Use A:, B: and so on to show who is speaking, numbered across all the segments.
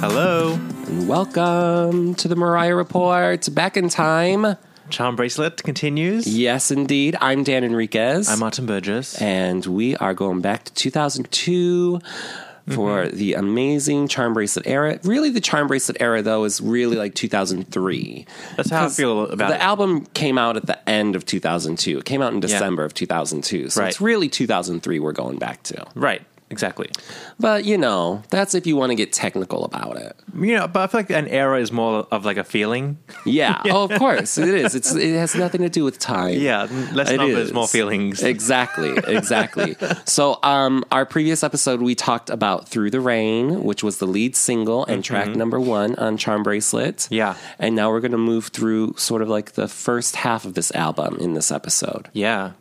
A: Hello,
B: And welcome to the Mariah Report. Back in time.
A: John Bracelet continues.
B: Yes, indeed. I'm Dan Enriquez.
A: I'm Autumn Burgess.
B: and we are going back to 2002 for
A: Mm-hmm.
B: the amazing charm bracelet era. Really, the charm bracelet era, though, is really like 2003.
A: That's how I
B: 'Cause
A: feel about
B: the
A: it.
B: album came out at the end of 2002. It came out in December of 2002. So
A: Right.
B: it's really 2003 we're going back to.
A: right, exactly.
B: But, you know, that's if you want to get technical about it.
A: You know, but I feel like an era is more of like a feeling.
B: Yeah. Oh, of course it is. It's it has nothing to do with time.
A: Yeah, less
B: It
A: numbers,
B: is.
A: more feelings.
B: Exactly. Exactly. so, um, our previous episode we talked about "Through the Rain," which was the lead single and track number one on Charm Bracelet.
A: Mm-hmm. Yeah.
B: And now we're going to move through sort of like the first half of this album in this episode.
A: yeah,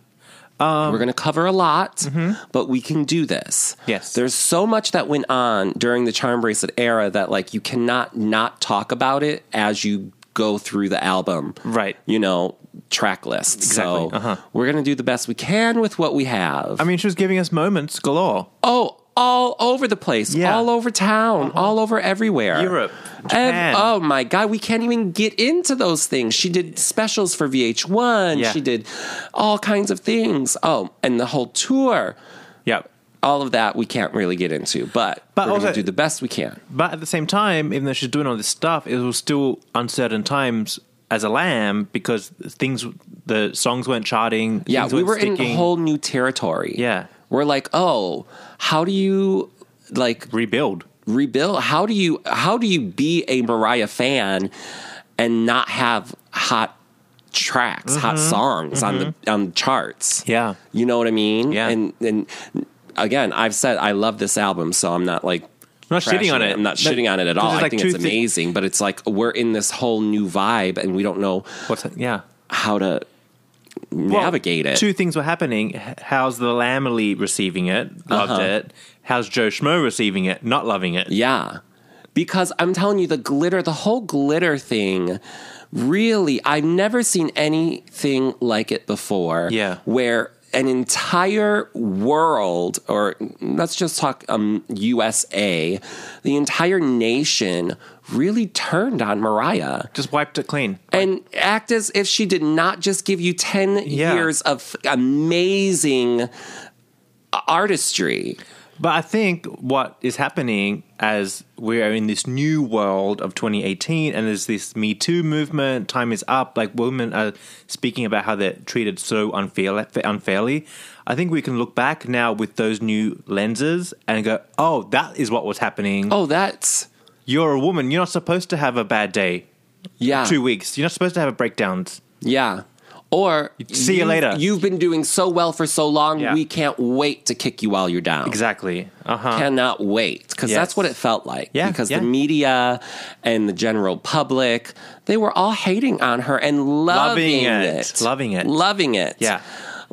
B: We're
A: Um,
B: going to cover a lot, but we can do this.
A: Mm-hmm. Yes.
B: There's so much that went on during the Charm Bracelet era that, like, you cannot not talk about it as you go through the album.
A: Right.
B: You know, track list.
A: Exactly.
B: So
A: Uh-huh.
B: we're going to do the best we can with what we have.
A: I mean, she was giving us moments galore.
B: oh, all over the place,
A: Yeah. Uh-huh.
B: all over town, all over everywhere.
A: Europe,
B: Ev-
A: Japan.
B: oh my God, we can't even get into those things. She did specials for VH1.
A: Yeah.
B: She did all kinds of things. Oh, and the whole tour
A: Yeah,
B: all of that we can't really get into, but,
A: But
B: we're going
A: also-
B: to do the best we can.
A: but at the same time, even though she's doing all this stuff, it was still uncertain times as a lamb because things, the songs weren't charting.
B: Yeah,
A: things
B: we
A: weren't
B: were in
A: sticking.
B: a whole new territory.
A: Yeah.
B: We're like, "Oh, how do you like
A: rebuild.
B: rebuild? How do you how do you be a Mariah fan and not have hot tracks, hot songs on the on the charts?"
A: Mm-hmm. Yeah.
B: You know what I mean?
A: Yeah.
B: And and again, I've said I love this album, so I'm not like
A: Not shitting
B: trashing
A: on it.
B: I'm not
A: That-
B: shitting on it at
A: this
B: all.
A: is
B: I
A: like
B: think
A: two
B: it's
A: thi-
B: amazing, but it's like we're in this whole new vibe, and we don't know
A: What's that? Yeah.
B: how to
A: Well,
B: navigate it.
A: Two things were happening. H- How's the Lamely receiving it? Loved
B: Uh-huh.
A: it. How's Joe Schmo receiving it? Not loving it.
B: yeah, because I'm telling you, the glitter, the whole glitter thing. Really, I've never seen anything like it before.
A: Yeah.
B: where an entire world, or let's just talk um, USA, the entire nation really turned on Mariah.
A: Just wiped it clean.
B: and act as if she did not just give you 10
A: Yeah.
B: years of amazing artistry.
A: But I think what is happening as we are in this new world of 2018 and there's this Me Too movement, time is up, like women are speaking about how they're treated so unfair, unfairly. I think we can look back now with those new lenses and go, oh, that is what was happening.
B: Oh, that's
A: You're a woman. You're not supposed to have a bad day.
B: yeah.
A: Two weeks. You're not supposed to have breakdowns.
B: Yeah. Or
A: See you later.
B: You've been doing so well for so long,
A: Yeah.
B: we can't wait to kick you while you're down.
A: Exactly. Uh
B: Uh-huh.
A: huh.
B: Cannot wait because
A: Yes.
B: that's what it felt like.
A: Yeah,
B: because
A: yeah.
B: the media and the general public, they were all hating on her and
A: Loving
B: loving,
A: it. Loving it.
B: loving it.
A: Yeah.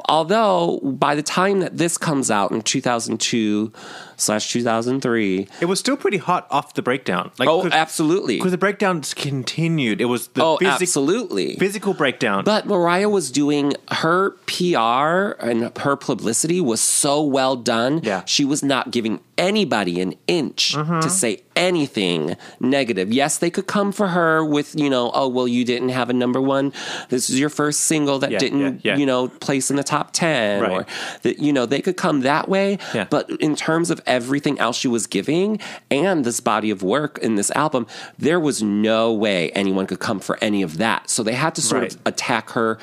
B: Although by the time that this comes out in 2002, slash 2003.
A: It was still pretty hot off the breakdown. Like,
B: Oh, absolutely.
A: Because the breakdowns continued. It was the
B: Oh,
A: physic-
B: absolutely.
A: physical breakdown.
B: But Mariah was doing her PR and her publicity was so well done.
A: Yeah. Mm-hmm.
B: She was not giving anybody an inch to say anything negative. Yes, they could come for her with, you know, oh, well, you didn't have a number one. This is your first single that
A: Yeah,
B: didn't,
A: yeah, yeah.
B: you know, place in the top 10.
A: Right.
B: Or that, you know, they could come that way.
A: Yeah.
B: But in terms of everything else she was giving and this body of work in this album, there was no way anyone could come for any of that. So they had to sort
A: Right.
B: of attack her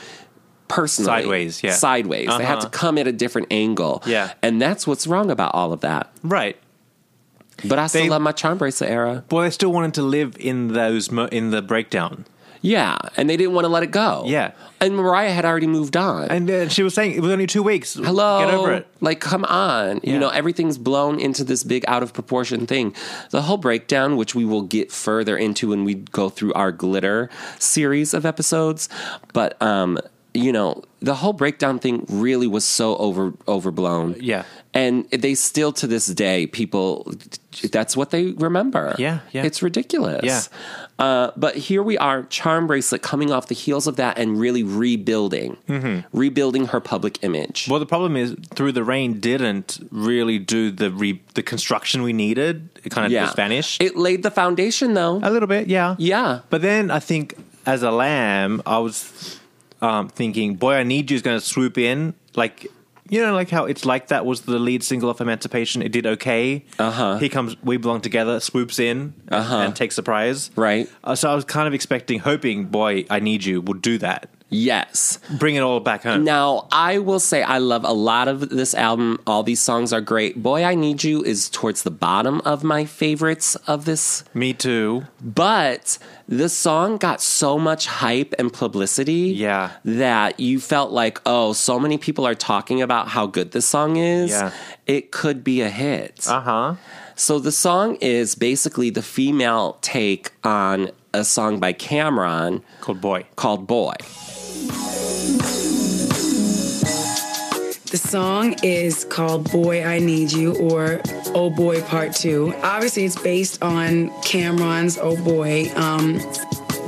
B: personally.
A: Sideways, yeah.
B: Sideways. They had
A: Uh-huh.
B: to come at a different angle.
A: Yeah.
B: And that's what's wrong about all of that.
A: right.
B: But I still
A: They-
B: love my charm bracelet era.
A: Well, they still wanted to live in those mo- in the breakdown.
B: Yeah. And they didn't want to let it go.
A: Yeah.
B: And Mariah had already moved on.
A: And uh, she was saying it was only two weeks.
B: Hello.
A: get over it.
B: Like, come on.
A: Yeah.
B: You know, everything's blown into this big out of proportion thing. The whole breakdown, which we will get further into when we go through our glitter series of episodes, but um, you know, the whole breakdown thing really was so over overblown.
A: Uh, Yeah.
B: And they still to this day, people that's what they remember.
A: Yeah, yeah.
B: It's ridiculous.
A: Yeah.
B: Uh, but here we are, Charm Bracelet coming off the heels of that and really rebuilding,
A: Mm-hmm.
B: rebuilding her public image.
A: Well, the problem is, through the rain didn't really do the re- the construction we needed. It kind of just vanished
B: It laid the foundation though.
A: a little bit. Yeah,
B: yeah.
A: But then I think as a lamb, I was um, thinking, "Boy, I need you" is going to swoop in, like you know, like how it's like that was the lead single of Emancipation. It did okay. Uh
B: Uh-huh.
A: huh. He comes, we belong together, swoops in, uh-huh. and takes the prize.
B: Right.
A: Uh, so I was kind of expecting, hoping, "Boy, I need you" will do that,
B: Yes.
A: bring it all back home.
B: Now, I will say I love a lot of this album. All these songs are great. Boy, I Need You is towards the bottom of my favorites of this
A: Me too.
B: But the song got so much hype and publicity
A: Yeah.
B: that you felt like, oh, so many people are talking about how good this song is.
A: Yeah.
B: It could be a hit.
A: Uh huh.
B: So the song is basically the female take on a song by Cameron
A: Called boy.
B: called Boy.
C: The song is called Boy I Need You or Oh Boy Part 2. Obviously, it's based on Cameron's Oh Boy, um,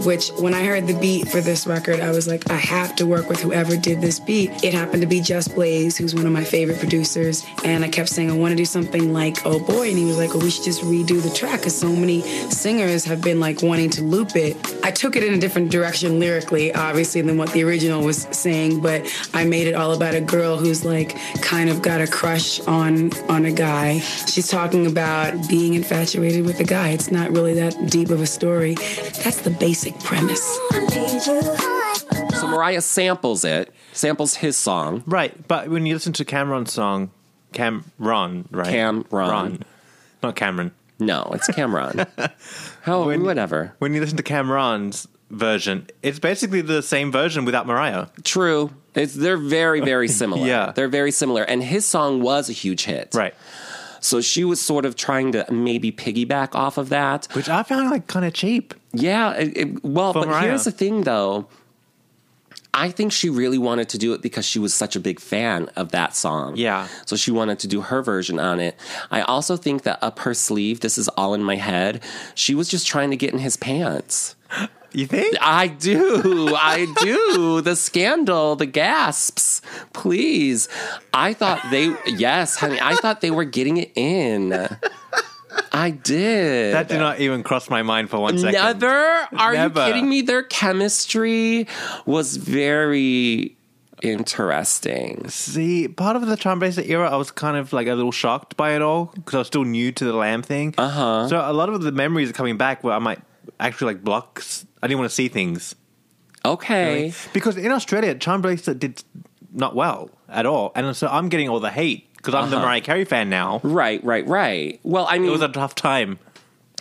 C: which when I heard the beat for this record, I was like, I have to work with whoever did this beat. It happened to be Just Blaze, who's one of my favorite producers. And I kept saying, I want to do something like Oh Boy. And he was like, well, we should just redo the track because so many singers have been like wanting to loop it. I took it in a different direction lyrically, obviously, than what the original was saying, but I made it all about a girl who's like kind of got a crush on on a guy. She's talking about being infatuated with a guy. It's not really that deep of a story. That's the basic premise.
B: So Mariah samples it, samples his song.
A: Right, but when you listen to Cameron's song, Cameron, right?
B: Cameron.
A: Ron. not Cameron.
B: No, it's Cameron. How whatever.
A: When you listen to Cameron's version, it's basically the same version without Mariah.
B: True. It's, they're very, very similar.
A: Yeah.
B: They're very similar. And his song was a huge hit.
A: Right.
B: So she was sort of trying to maybe piggyback off of that.
A: Which I found like kind of cheap.
B: Yeah. It, it- well,
A: For
B: but
A: Mariah.
B: here's the thing, though. I think she really wanted to do it because she was such a big fan of that song.
A: Yeah.
B: So she wanted to do her version on it. I also think that up her sleeve, this is all in my head, she was just trying to get in his pants.
A: You think?
B: I do. I do. The scandal, the gasps. Please. I thought they, yes, honey, I thought they were getting it in. I did.
A: That did not even cross my mind for one second.
B: Never? Are
A: Never.
B: you kidding me? Their chemistry was very interesting.
A: See, part of the charm bracelet era, I was kind of like a little shocked by it all because I was still new to the lamb thing. Uh huh. So a lot of the memories are coming back where I might actually like blocks. I didn't want to see things.
B: Okay.
A: Because in Australia, Charm Bracelet did not well at all. And so I'm getting all the hate because I'm the Mariah Carey fan now.
B: Right, right, right. Well, I mean,
A: It was a tough time.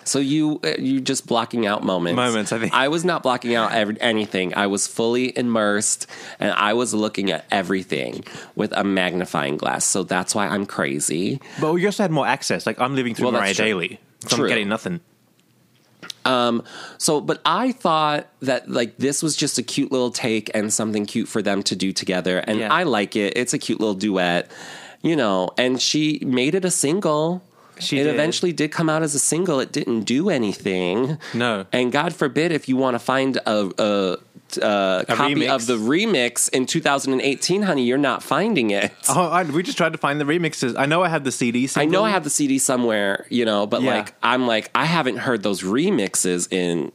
B: So you uh, you just blocking out moments.
A: Moments, I think.
B: I was not blocking out every, anything. I was fully immersed, and I was looking at everything with a magnifying glass. So that's why I'm crazy.
A: But we also had more access. Like I'm living through
B: Well, that's
A: Mariah
B: true.
A: daily. So
B: True.
A: I'm getting nothing.
B: So, but I thought that like this was just a cute little take and something cute for them to do together, and
A: Yeah.
B: I like it. It's a cute little duet, you know. And she made it a single.
A: She
B: it
A: did.
B: eventually did come out as a single. It didn't do anything.
A: No.
B: And God forbid if you want to find a, a, a, copy
A: remix.
B: of the remix in 2018, honey, you're not finding it.
A: Oh, I, we just tried to find the remixes. I know I had the CD.
B: I
A: Single.
B: know I have the CD somewhere, you know, but
A: Yeah.
B: like I'm like I haven't heard those remixes in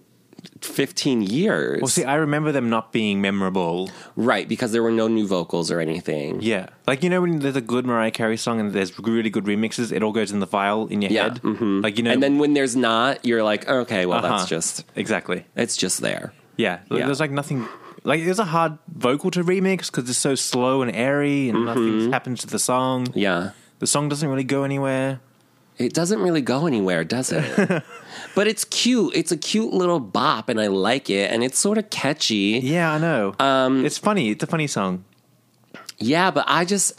B: 15 years.
A: Well, see, I remember them not being memorable.
B: right, because there were no new vocals or anything.
A: Yeah, like you know when there's a good Mariah Carey song and there's really good remixes, it all goes in the file in your
B: Yeah, mm-hmm.
A: head. Like you know,
B: And then when there's not, you're like, okay, well
A: Uh-huh.
B: that's just
A: exactly.
B: it's just there.
A: Yeah,
B: Yeah.
A: there's like nothing. Like it was a hard vocal to remix because it's so slow and airy, and nothing happens to the song.
B: Mm-hmm. Yeah.
A: The song doesn't really go anywhere.
B: It doesn't really go anywhere, does it? but it's cute. It's a cute little bop and I like it and it's sort of catchy.
A: Yeah, I know. Um, it's funny. It's a funny song.
B: Yeah, but I just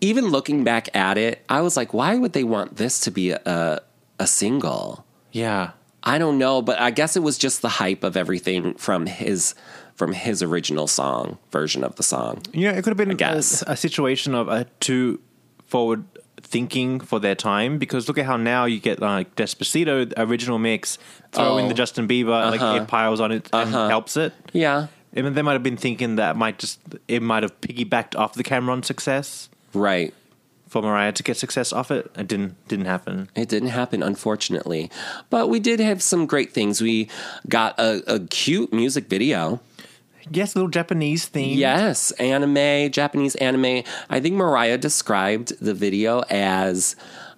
B: even looking back at it, I was like, why would they want this to be a a single?
A: Yeah,
B: I don't know, but I guess it was just the hype of everything from his from his original song version of the song.
A: you know, it could have been a,
B: guess.
A: a situation of uh, too forward thinking for their time because look at how now you get like Despacito the original mix, throw in
B: Oh. Uh-huh.
A: the Justin Bieber, like it piles on it and helps it.
B: Yeah,
A: I mean, they might have been thinking that might just it might have piggybacked off the Cameron success.
B: right.
A: for Mariah to get success off it. It didn't didn't happen.
B: It didn't happen, unfortunately, but we did have some great things. We got a, a cute music video.
A: Yes, little Japanese theme.
B: Yes, anime, Japanese anime. I think Mariah described the video as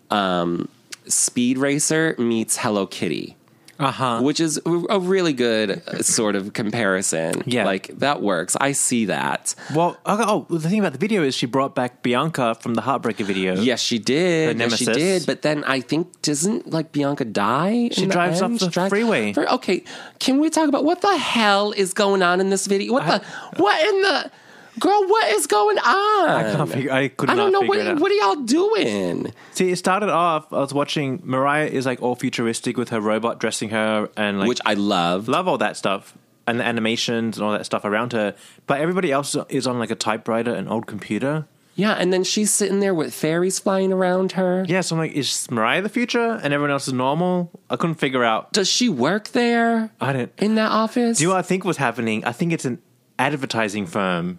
B: um, Speed Racer meets Hello Kitty.
A: Uh huh.
B: which is a really good uh, sort of comparison.
A: Yeah.
B: Like that works. I see that.
A: Well, okay, oh, the thing about the video is she brought back Bianca from the Heartbreaker video.
B: Yes, she did.
A: The
B: Yes, she
A: nemesis.
B: did. But then I think doesn't like Bianca die?
A: She
B: in the
A: drives
B: end?
A: off the
B: She drives-
A: freeway.
B: For- okay, can we talk about what the hell is going on in this video? What the what in the girl? What is going on?
A: I can't figure. I could
B: I
A: not
B: don't know
A: figure
B: what
A: it out.
B: what are y'all doing.
A: See, it started off. I was watching Mariah is like all futuristic with her robot dressing her and like
B: Which I love.
A: love all that stuff and the animations and all that stuff around her. But everybody else is on like a typewriter, an old computer.
B: Yeah, and then she's sitting there with fairies flying around her.
A: Yeah, so I'm like, is Mariah the future and everyone else is normal? I couldn't figure out.
B: Does she work there
A: I didn't.
B: in that office?
A: Do you know what I think was happening? I think it's an advertising firm,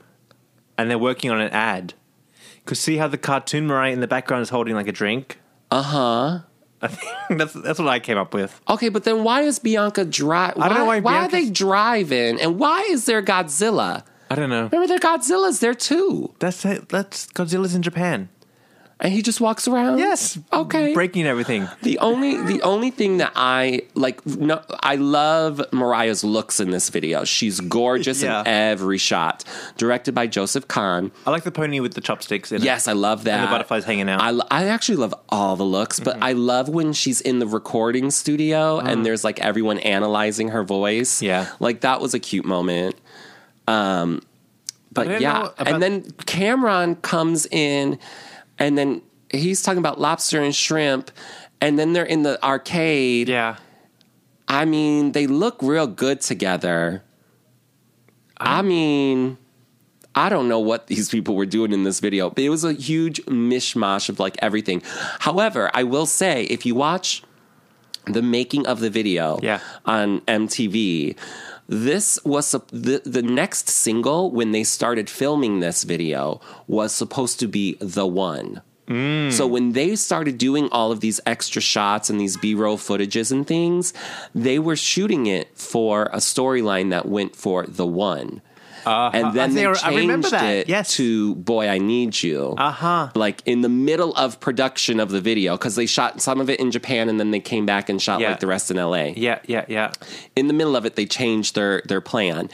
A: and they're working on an ad. Cause see how the cartoon Mariah in the background is holding like a drink.
B: uh huh.
A: I think that's that's what I came up with.
B: Okay, but then why is Bianca drive? Why,
A: don't know why
B: why are
A: Bianca's-
B: they driving, and why is there Godzilla?
A: I don't know.
B: Remember, there Godzilla's there too,
A: That's it. that's Godzilla's in Japan.
B: and he just walks around.
A: Yes.
B: Okay.
A: Breaking everything.
B: The only the only thing that I like, no, I love Mariah's looks in this video. She's gorgeous
A: Yeah.
B: in every shot. Directed by Joseph Kahn.
A: I like the pony with the chopsticks. In it.
B: Yes, I love that.
A: the butterflies hanging out. Mm-hmm.
B: I, lo- I actually love all the looks, but I love when she's in the recording studio and there's like everyone analyzing her voice.
A: Mm. Yeah.
B: Like that was a cute moment. Um,
A: I
B: but
A: didn't
B: yeah.
A: know about-
B: And then Cameron comes in and then he's talking about lobster and shrimp. And then they're in the arcade.
A: Yeah.
B: I mean, they look real good together. I mean, I don't know what these people were doing in this video, but it was a huge mishmash of like everything. However, I will say if you watch the making of the video
A: Yeah.
B: on MTV, this was sup- the, the next single when they started filming this video was supposed to be the one.
A: Mm.
B: So when they started doing all of these extra shots and these B-roll footages and things, they were shooting it for a storyline that went for the one. and
A: Uh-huh. I
B: then they
A: think
B: changed
A: I remember that.
B: it
A: Yes.
B: to "Boy, I Need You." Uh
A: Uh-huh.
B: Like in the middle of production of the video, because they shot some of it in Japan and then they came back and shot
A: Yeah.
B: like the rest in L.A
A: Yeah. Yeah. Yeah.
B: in the middle of it, they change their their plan.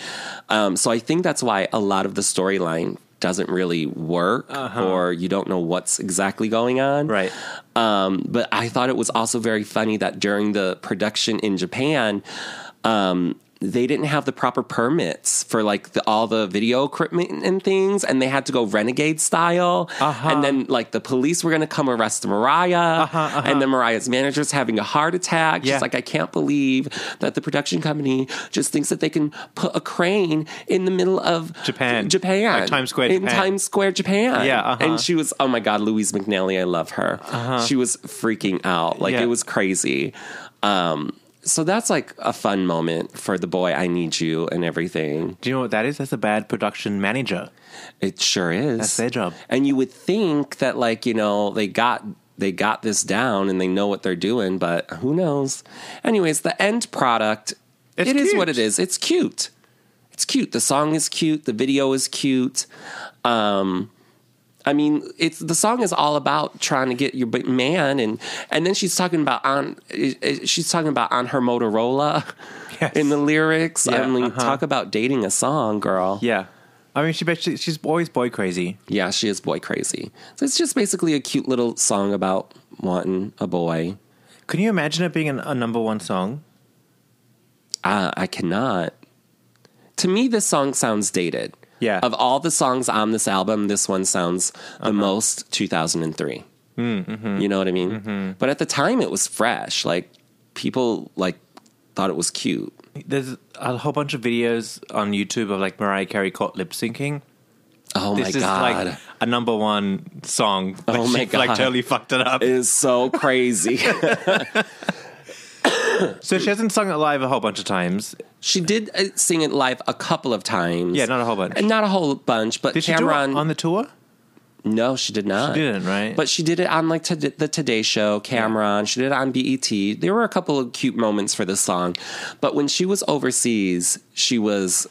B: Um, so I think that's why a lot of the storyline doesn't really work, or you don't know what's exactly going on.
A: Uh-huh. Right.
B: Um, but I thought it was also very funny that during the production in Japan. Um, they didn't have the proper permits for like the, all the video equipment and things, and they had to go renegade style.
A: Uh-huh.
B: And then like the police were going to come arrest Mariah, and then Mariah's manager's having a heart attack.
A: uh-huh. Yeah.
B: She's like, I can't believe that the production company just thinks that they can put a crane in the middle of
A: Japan.
B: Japan,
A: Like Times Square,
B: in
A: Japan.
B: Times Square, Japan.
A: Yeah, uh-huh.
B: and she was, oh my god, Louise McNally, I love her. She was freaking out, like
A: Yeah.
B: it was crazy. Um, so that's like a fun moment for the boy. I need you and everything.
A: Do you know what that is? That's a bad production manager.
B: It sure is.
A: That's their job.
B: And you would think that, like you know, they got they got this down and they know what they're doing, but who knows? Anyways, the end product,
A: It's
B: it is
A: cute.
B: what it is. It's cute. It's cute. The song is cute. The video is cute. Um, I mean, it's the song is all about trying to get your big man, and and then she's talking about on eh, eh, she's talking about on her Motorola
A: Yes.
B: in the lyrics. I
A: Yeah,
B: mean,
A: uh-huh.
B: talk about dating a song, girl.
A: Yeah. I mean, she, bet- she she's always boy crazy.
B: Yeah, she is boy crazy. So it's just basically a cute little song about wanting a boy.
A: Can you imagine it being an, a number one song?
B: Uh, I cannot. To me, this song sounds dated.
A: Yeah. Uh-huh.
B: Of all the songs on this album, this one sounds the most 2003.
A: Mm,
B: Mm-hmm. You know what I mean? But at the time, it was fresh. Like people like thought it was cute.
A: There's a whole bunch of videos on YouTube of like Mariah Carey caught lip syncing.
B: Oh
A: This
B: my
A: is
B: god!
A: like a number one song. but
B: Oh my
A: she, Like
B: God.
A: totally fucked it up.
B: it is so crazy.
A: so she hasn't sung it live a whole bunch of times.
B: she did uh, sing it live a couple of times.
A: Yeah, not a whole bunch.
B: Not a whole bunch, but
A: Did she do it
B: Cameron
A: on the tour?
B: No, she did not.
A: She didn't, right?
B: But she did it on like to- the Today Show, Cameron. She did it on BET. There were a couple of cute moments for this song, but when she was overseas, she was,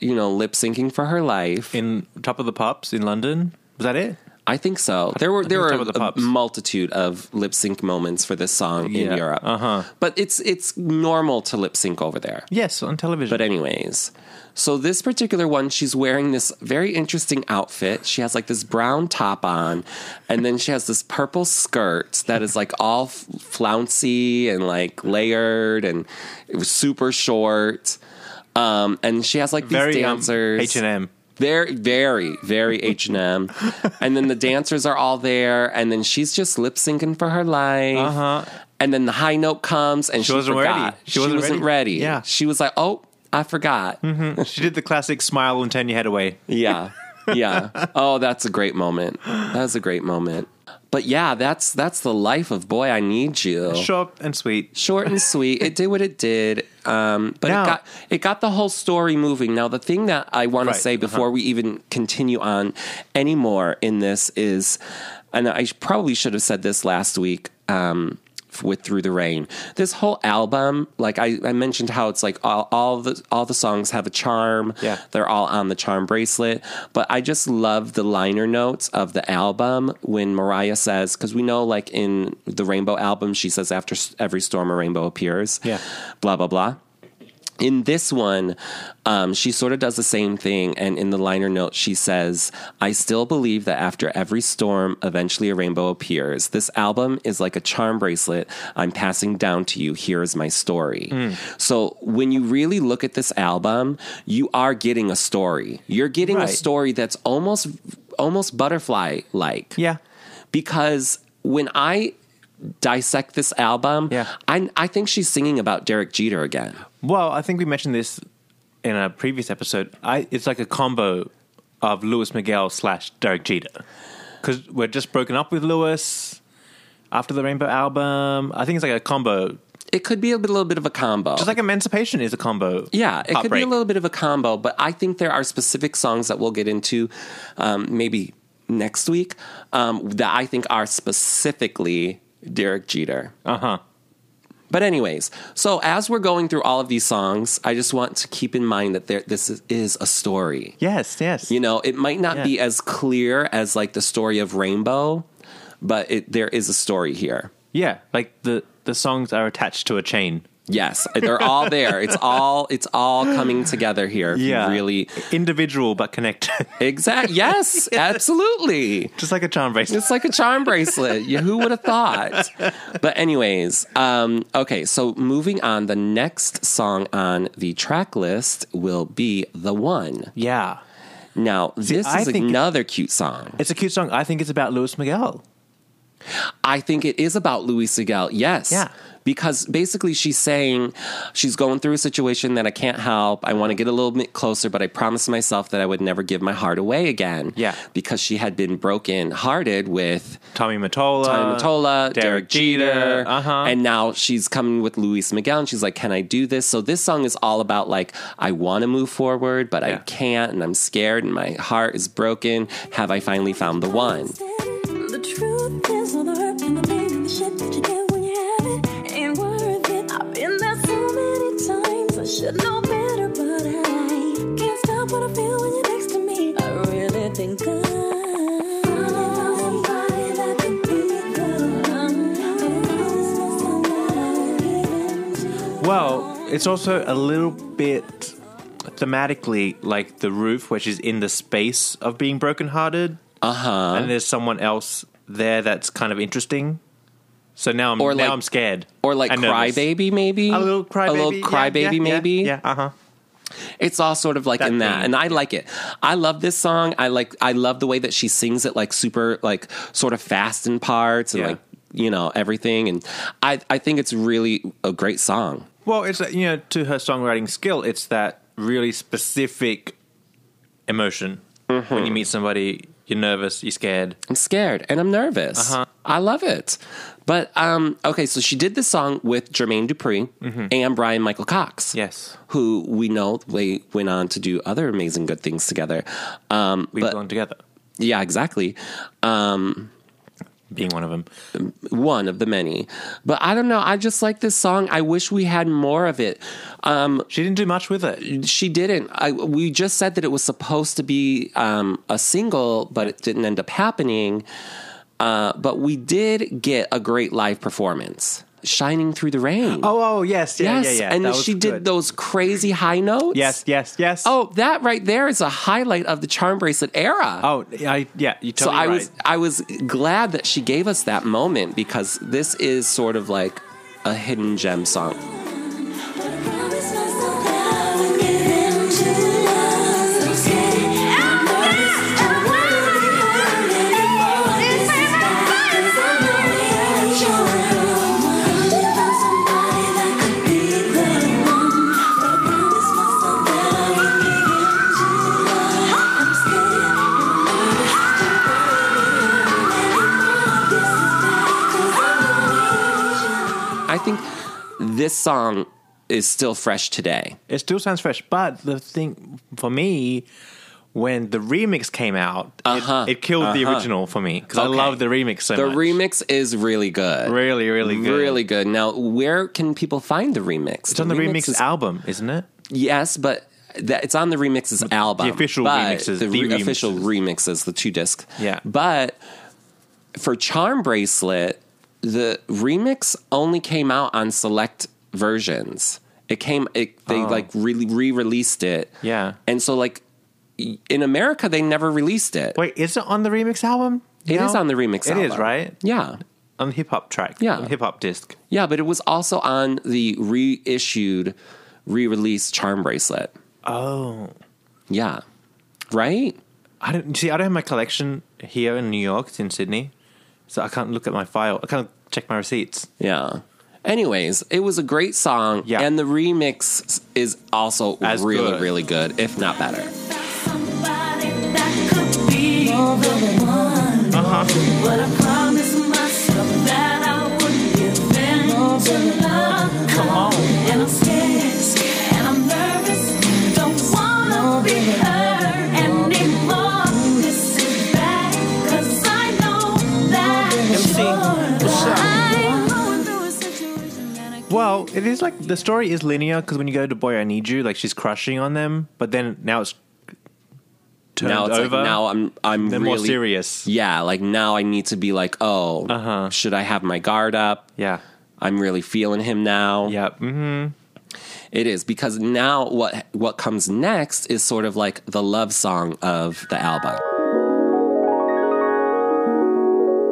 B: you know, lip syncing for her life.
A: in Top of the Pops in London. Was that it?
B: I think so. There were
A: think
B: there
A: it's
B: were
A: Top of the
B: a
A: Pops.
B: multitude of lip sync moments for this song
A: Yeah,
B: in Europe.
A: uh-huh.
B: But it's it's normal to lip sync over there.
A: Yes, on television.
B: But anyways, so this particular one, she's wearing this very interesting outfit. She has like this brown top on, and then she has this purple skirt that is like all f- flouncy and like layered and it was super short. Um, and she has like these
A: Very um,
B: dancers.
A: H&M.
B: Very, very, very H and M, and then the dancers are all there, and then she's just lip syncing for her life.
A: Uh-huh.
B: And then the high note comes, and she,
A: wasn't ready.
B: forgot.
A: She
B: She,
A: wasn't
B: wasn't,
A: ready.
B: ready.
A: Yeah. Mm-hmm.
B: she was like, "Oh, I forgot."
A: she did the classic smile and turn your head away.
B: Yeah, yeah. oh, that's a great moment. That's a great moment. But yeah, that's that's the life of boy. I need you.
A: Short and sweet.
B: Short and sweet. It did what it did. Um, but
A: Now-
B: it got it got the whole story moving. Now the thing that I want
A: Right, uh-huh.
B: to say before we even continue on anymore in this is, and I sh- probably should have said this last week. Um, f- with through the rain this whole album like I, I mentioned how it's like all, all the all the songs have a charm
A: Yeah.
B: they're all on the charm bracelet but i just love the liner notes of the album when mariah says because we know like in the rainbow album she says after s- every storm a rainbow appears
A: Yeah.
B: blah blah blah in this one, um, she sort of does the same thing. And in the liner note, she says, I still believe that after every storm, eventually a rainbow appears. This album is like a charm bracelet I'm passing down to you. Here is my story.
A: Hmm.
B: So when you really look at this album, you are getting a story. You're getting
A: Right.
B: a story that's almost, almost butterfly like
A: Yeah.
B: because when I dissect this album,
A: Yeah.
B: I I think she's singing about Derek Jeter again.
A: Well, I think we mentioned this in a previous episode. I, it's like a combo of Lewis Miguel slash Derek Jeter. Because we're just broken up with Lewis after the Rainbow album. I think it's like a combo.
B: It could be a bit- little bit of a combo.
A: Just like Emancipation is a combo.
B: yeah, it could be
A: Heartbreak.
B: a little bit of a combo, but I think there are specific songs that we'll get into um, maybe next week um, that I think are specifically Derek Jeter.
A: Uh huh.
B: But anyways, so as we're going through all of these songs, I just want to keep in mind that there, this is, is a story.
A: Yes, yes.
B: You know, it might not
A: Yeah.
B: be as clear as like the story of Rainbow, but it, there is a story here.
A: Yeah, like the the songs are attached to a chain.
B: Yes, they're all there. It's all it's all coming together here. if you
A: Yeah.
B: really
A: Individual but connected.
B: exact. Yes, absolutely.
A: Just like a charm bracelet.
B: It's like a charm bracelet. Yeah, who would have thought? But anyways, um, okay. So moving on, the next song on the track list will be "The One."
A: Yeah.
B: Now, this
A: I
B: is
A: think-
B: another cute song.
A: It's a cute song. I think it's about Luis Miguel.
B: I think it is about Louis Segal. Yes.
A: Yeah.
B: Because basically she's saying she's going through a situation that I can't help. I want to get a little bit closer, but I promised myself that I would never give my heart away again.
A: Yeah.
B: Because she had been broken hearted with
A: Tommy Matola.
B: Tommy Mottola, Derek, Jeter,
A: Uh huh.
B: and now she's coming with Luis Miguel, and she's like, "Can I do this?" So this song is all about like, I want to move forward, but I
A: Yeah.
B: can't, and I'm scared, and my heart is broken. Have I finally found the one?
D: The truth is all the hurt and the pain and the shit that you get when you have it ain't worth it. I've been there so many times. I should know better, but I can't stop what I feel when you're next to me. I really think I finally found somebody that could be the one. I just want someone I can give into.
A: Well, it's also a little bit thematically like the roof, which is in the space of being brokenhearted.
B: Uh huh.
A: and there's someone else there that's kind of interesting. So now I'm
B: Or
A: now
B: like-
A: I'm scared.
B: Or like
A: and nervous.
B: Crybaby, maybe
A: A little crybaby.
B: a little
A: yeah,
B: Crybaby,
A: yeah, yeah,
B: maybe.
A: Yeah. Uh huh.
B: It's all sort of like
A: That
B: in that,
A: thing.
B: and I like it. I love this song. I like. I love the way that she sings it, like super, like sort of fast in parts, and
A: Yeah.
B: like you know everything. And I, I think it's really a great song.
A: Well, it's that, you know to her songwriting skill, it's that really specific emotion. When you meet somebody, you're nervous, you're scared.
B: I'm scared and I'm nervous.
A: Uh-huh.
B: I love it. But um, okay, so she did this song with Jermaine Dupri
A: Mm-hmm.
B: and Brian Michael Cox.
A: Yes,
B: Who we know they went on to do other amazing good things together. Um,
A: we
B: but-
A: belong together.
B: yeah, exactly. Um,
A: Being one of them.
B: one of the many. But I don't know. I just like this song. I wish we had more of it. Um,
A: She didn't do much with it.
B: she didn't. I, we just said that it was supposed to be um, a single, but it didn't end up happening. Uh, but we did get a great live performance, "Shining Through the Rain."
A: Oh, oh yes, yeah,
B: yes,
A: yeah, yeah. That
B: and then
A: was
B: she did
A: good.
B: those crazy high notes.
A: Yes, yes, yes.
B: Oh, that right there is a highlight of the charm bracelet era.
A: oh, I yeah. You
B: So
A: totally
B: I
A: right.
B: was I was glad that she gave us that moment because this is sort of like a hidden gem song. I think this song is still fresh today.
A: It still sounds fresh, but the thing for me, when the remix came out, it-
B: Uh-huh.
A: it, killed the original for me because
B: Okay.
A: I love the remix so
B: The
A: much.
B: remix is really good.
A: really, really good.
B: Really good. Now, where can people find the remix?
A: it's on the remix,
B: is-
A: album, isn't it?
B: Yes, but that, it's on the remixes album.
A: official
B: but
A: remixes,
B: The,
A: the
B: re- official remixes, the two disc.
A: Yeah.
B: But for Charm Bracelet, the remix only came out on select versions. It came, it, they like really re released it.
A: Oh. Yeah.
B: And so, like, y- in America, they never released it.
A: Wait, is it on the remix album?
B: It is on the remix
A: It
B: album.
A: is right
B: Yeah.
A: on the hip hop track.
B: Yeah.
A: hip hop disc.
B: Yeah, but it was also on the reissued, re released Charm Bracelet.
A: Oh,
B: Yeah. Right?
A: I don't see. I don't have my collection here in New York. It's in Sydney, so I can't look at my file. I can't check my receipts.
B: Yeah. Anyways, it was a great song.
A: Yeah.
B: And the remix is also
A: As
B: really,
A: good.
B: really good, if not better.
D: Somebody that could be the one. But I promised myself that I would give in to love. And I'm scared, scared, and I'm nervous. Don't wanna be hurt anymore. This is bad, 'cause I know that you're lying. Going through a situation that I can't
A: Well, it is like the story is linear because when you go to Boy I Need You, like she's crushing on them, but then now it's turned
B: now it's
A: over.
B: like now I'm I'm
A: they're
B: really
A: more serious.
B: Yeah, like now I need to be like, oh,
A: Uh-huh.
B: should I have my guard up?
A: Yeah,
B: I'm really feeling him now.
A: Yeah. hmm
B: It is because now what what comes next is sort of like the love song of the album.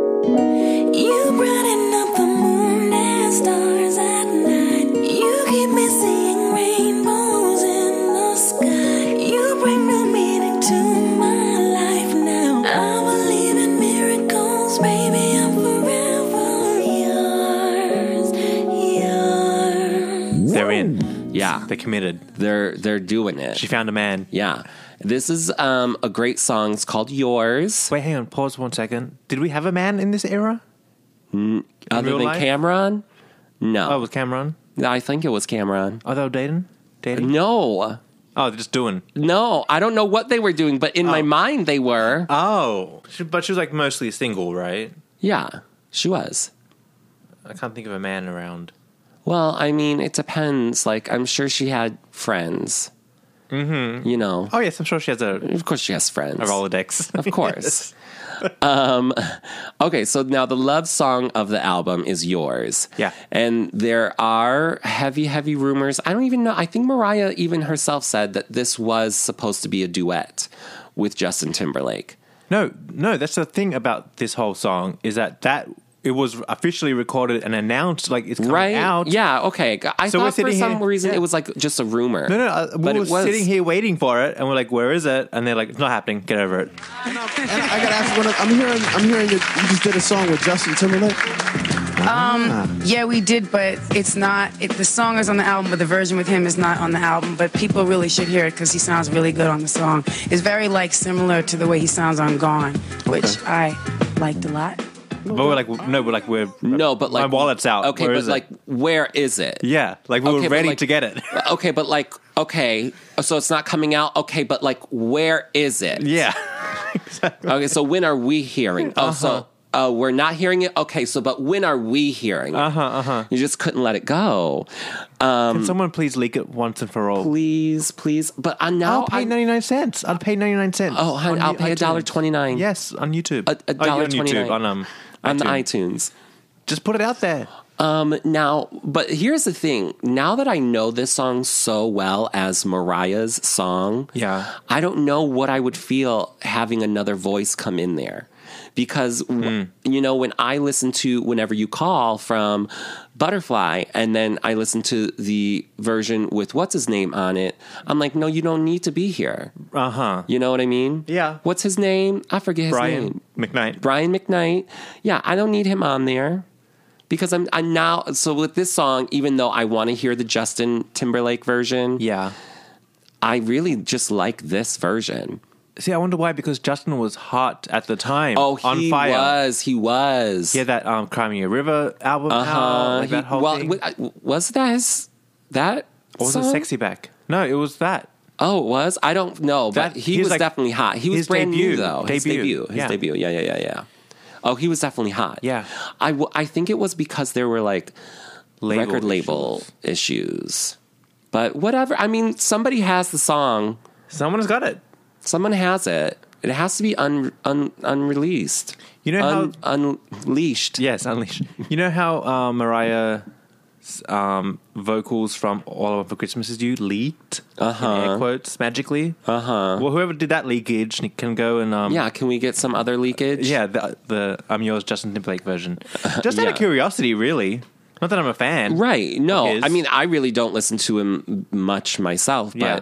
D: You brighten up the moon and stars at night. You keep me seeing rainbows in the sky. You bring new meaning to my life now. I believe in miracles, baby. I'm forever yours, yours.
A: They're in.
B: Yeah.
A: They're committed.
B: They're they're doing it.
A: She found a man.
B: Yeah. This is um, a great song. It's called Yours.
A: Wait, hang on. Pause one second. Did we have a man in this era?
B: Other
A: real
B: than
A: life?
B: Cameron?
A: Oh, it
B: No.
A: was Cameron.
B: I think it was Cameron.
A: Oh, they were dating? Dating?
B: No.
A: Oh, they're just doing.
B: No. I don't know what they were doing, but in my mind they were.
A: Oh. She, but she was like mostly single, right?
B: yeah. She was.
A: I can't think of a man around.
B: Well, I mean, it depends. Like, I'm sure she had friends. Mm-hmm. You know,
A: Oh, yes, I'm sure she has a,
B: of course she has friends.
A: a Rolodex.
B: Of course. um, okay, so now the love song of the album is yours.
A: Yeah.
B: And there are heavy, heavy rumors. I don't even know. I think Mariah even herself said that this was supposed to be a duet with Justin Timberlake.
A: No, no, that's the thing about this whole song is that that it was officially recorded and announced like it's coming
B: Right?
A: out.
B: Yeah, okay. I
A: So we're
B: thought for
A: sitting
B: some
A: here-
B: reason
A: yeah.
B: it was like just a rumor.
A: No, no, uh, we
B: But
A: were
B: it was.
A: sitting here waiting for it, and we're like, "Where is it?" And they're like, "It's not happening. Get over it."
E: And I gotta ask, one of, I'm hearing, I'm hearing that you just did a song with Justin Timberlake.
C: Yeah, we did, but it's not. It, the song is on the album, but the version with him is not on the album. But people really should hear it because he sounds really good on the song. It's very like similar to the way he sounds on "Gone," which I liked a lot.
A: But we're like, "No, we're like, we're
B: No, but like
A: my wallet's out.
B: Okay,
A: Where
B: but
A: is it?
B: like, where is it?
A: yeah, like we
B: Okay,
A: were
B: but
A: ready
B: like-
A: to get it."
B: Okay, but like, okay, so it's not coming out. Okay, but like, where is it?
A: yeah,
B: Okay, so when are we hearing? Oh, so
A: Uh-huh.
B: uh, we're not hearing it. Okay, so but when are we hearing? Uh huh. Uh
A: uh-huh.
B: huh. You just couldn't let it go. Um,
A: can someone please leak it once and for all?
B: Please, please. But I now
A: I'll pay
B: Oh, I
A: ninety nine cents. I'll pay ninety nine cents.
B: Oh, hon,
A: on
B: I'll
A: you-
B: pay a
A: iTunes.
B: dollar $1.29.
A: Yes, on YouTube.
B: A- a
A: Oh, you're
B: dollar
A: on
B: $1.29.
A: YouTube on um
B: on the
A: iTunes.
B: iTunes.
A: Just put it out there.
B: Um, now, but here's the thing. Now that I know this song so well as Mariah's song,
A: Yeah.
B: I don't know what I would feel having another voice come in there. Because,
A: Hmm.
B: w you know, when I listen to Whenever You Call from Butterfly, and then I listen to the version with what's his name on it, I'm like, no, you don't need to be here.
A: Uh huh.
B: You know what I mean?
A: Yeah.
B: What's his name? I forget his name.
A: Brian McKnight.
B: Brian McKnight. Yeah, I don't need him on there because I'm I'm now so with this song. Even though I want to hear the Justin Timberlake version,
A: Yeah.
B: I really just like this version.
A: See, I wonder why. Because Justin was hot at the time.
B: Oh, he
A: on fire.
B: was. He was.
A: He had that um, Crimea River album out,
B: Uh,
A: like
B: he-
A: that whole
B: well,
A: thing.
B: w- I- was that his, that?
A: or was
B: song?
A: it Sexy Back? No, it was that.
B: Oh, it was. I don't know,
A: That-
B: but he,
A: he was
B: was
A: like-
B: definitely hot. He was
A: his
B: brand new
A: debut-
B: though. His
A: debut,
B: debut. His
A: yeah.
B: debut. Yeah, yeah, yeah, yeah. Oh, he was definitely hot.
A: Yeah.
B: I, w- I think it was because there were like
A: Label
B: record label
A: issues.
B: issues. But whatever. I mean, somebody has the song.
A: Someone's got it.
B: Someone has it. It has to be un, un unreleased.
A: You know
B: Un-
A: how?
B: unleashed.
A: Yes, Unleash. you know how uh, Mariah. Um, vocals from All I Want for Christmas Is You leaked uh-huh. air quotes magically. Uh huh. Well, whoever did that leakage can go and um,
B: Uh-huh. Yeah, can we get some other leakage?
A: Yeah, the, the I'm yours Justin Timberlake version. Just out
B: Uh-huh. Yeah.
A: of curiosity, really. Not that I'm a fan.
B: Right. No,
A: Of his.
B: I mean, I really don't listen to him much myself, but
A: Yeah.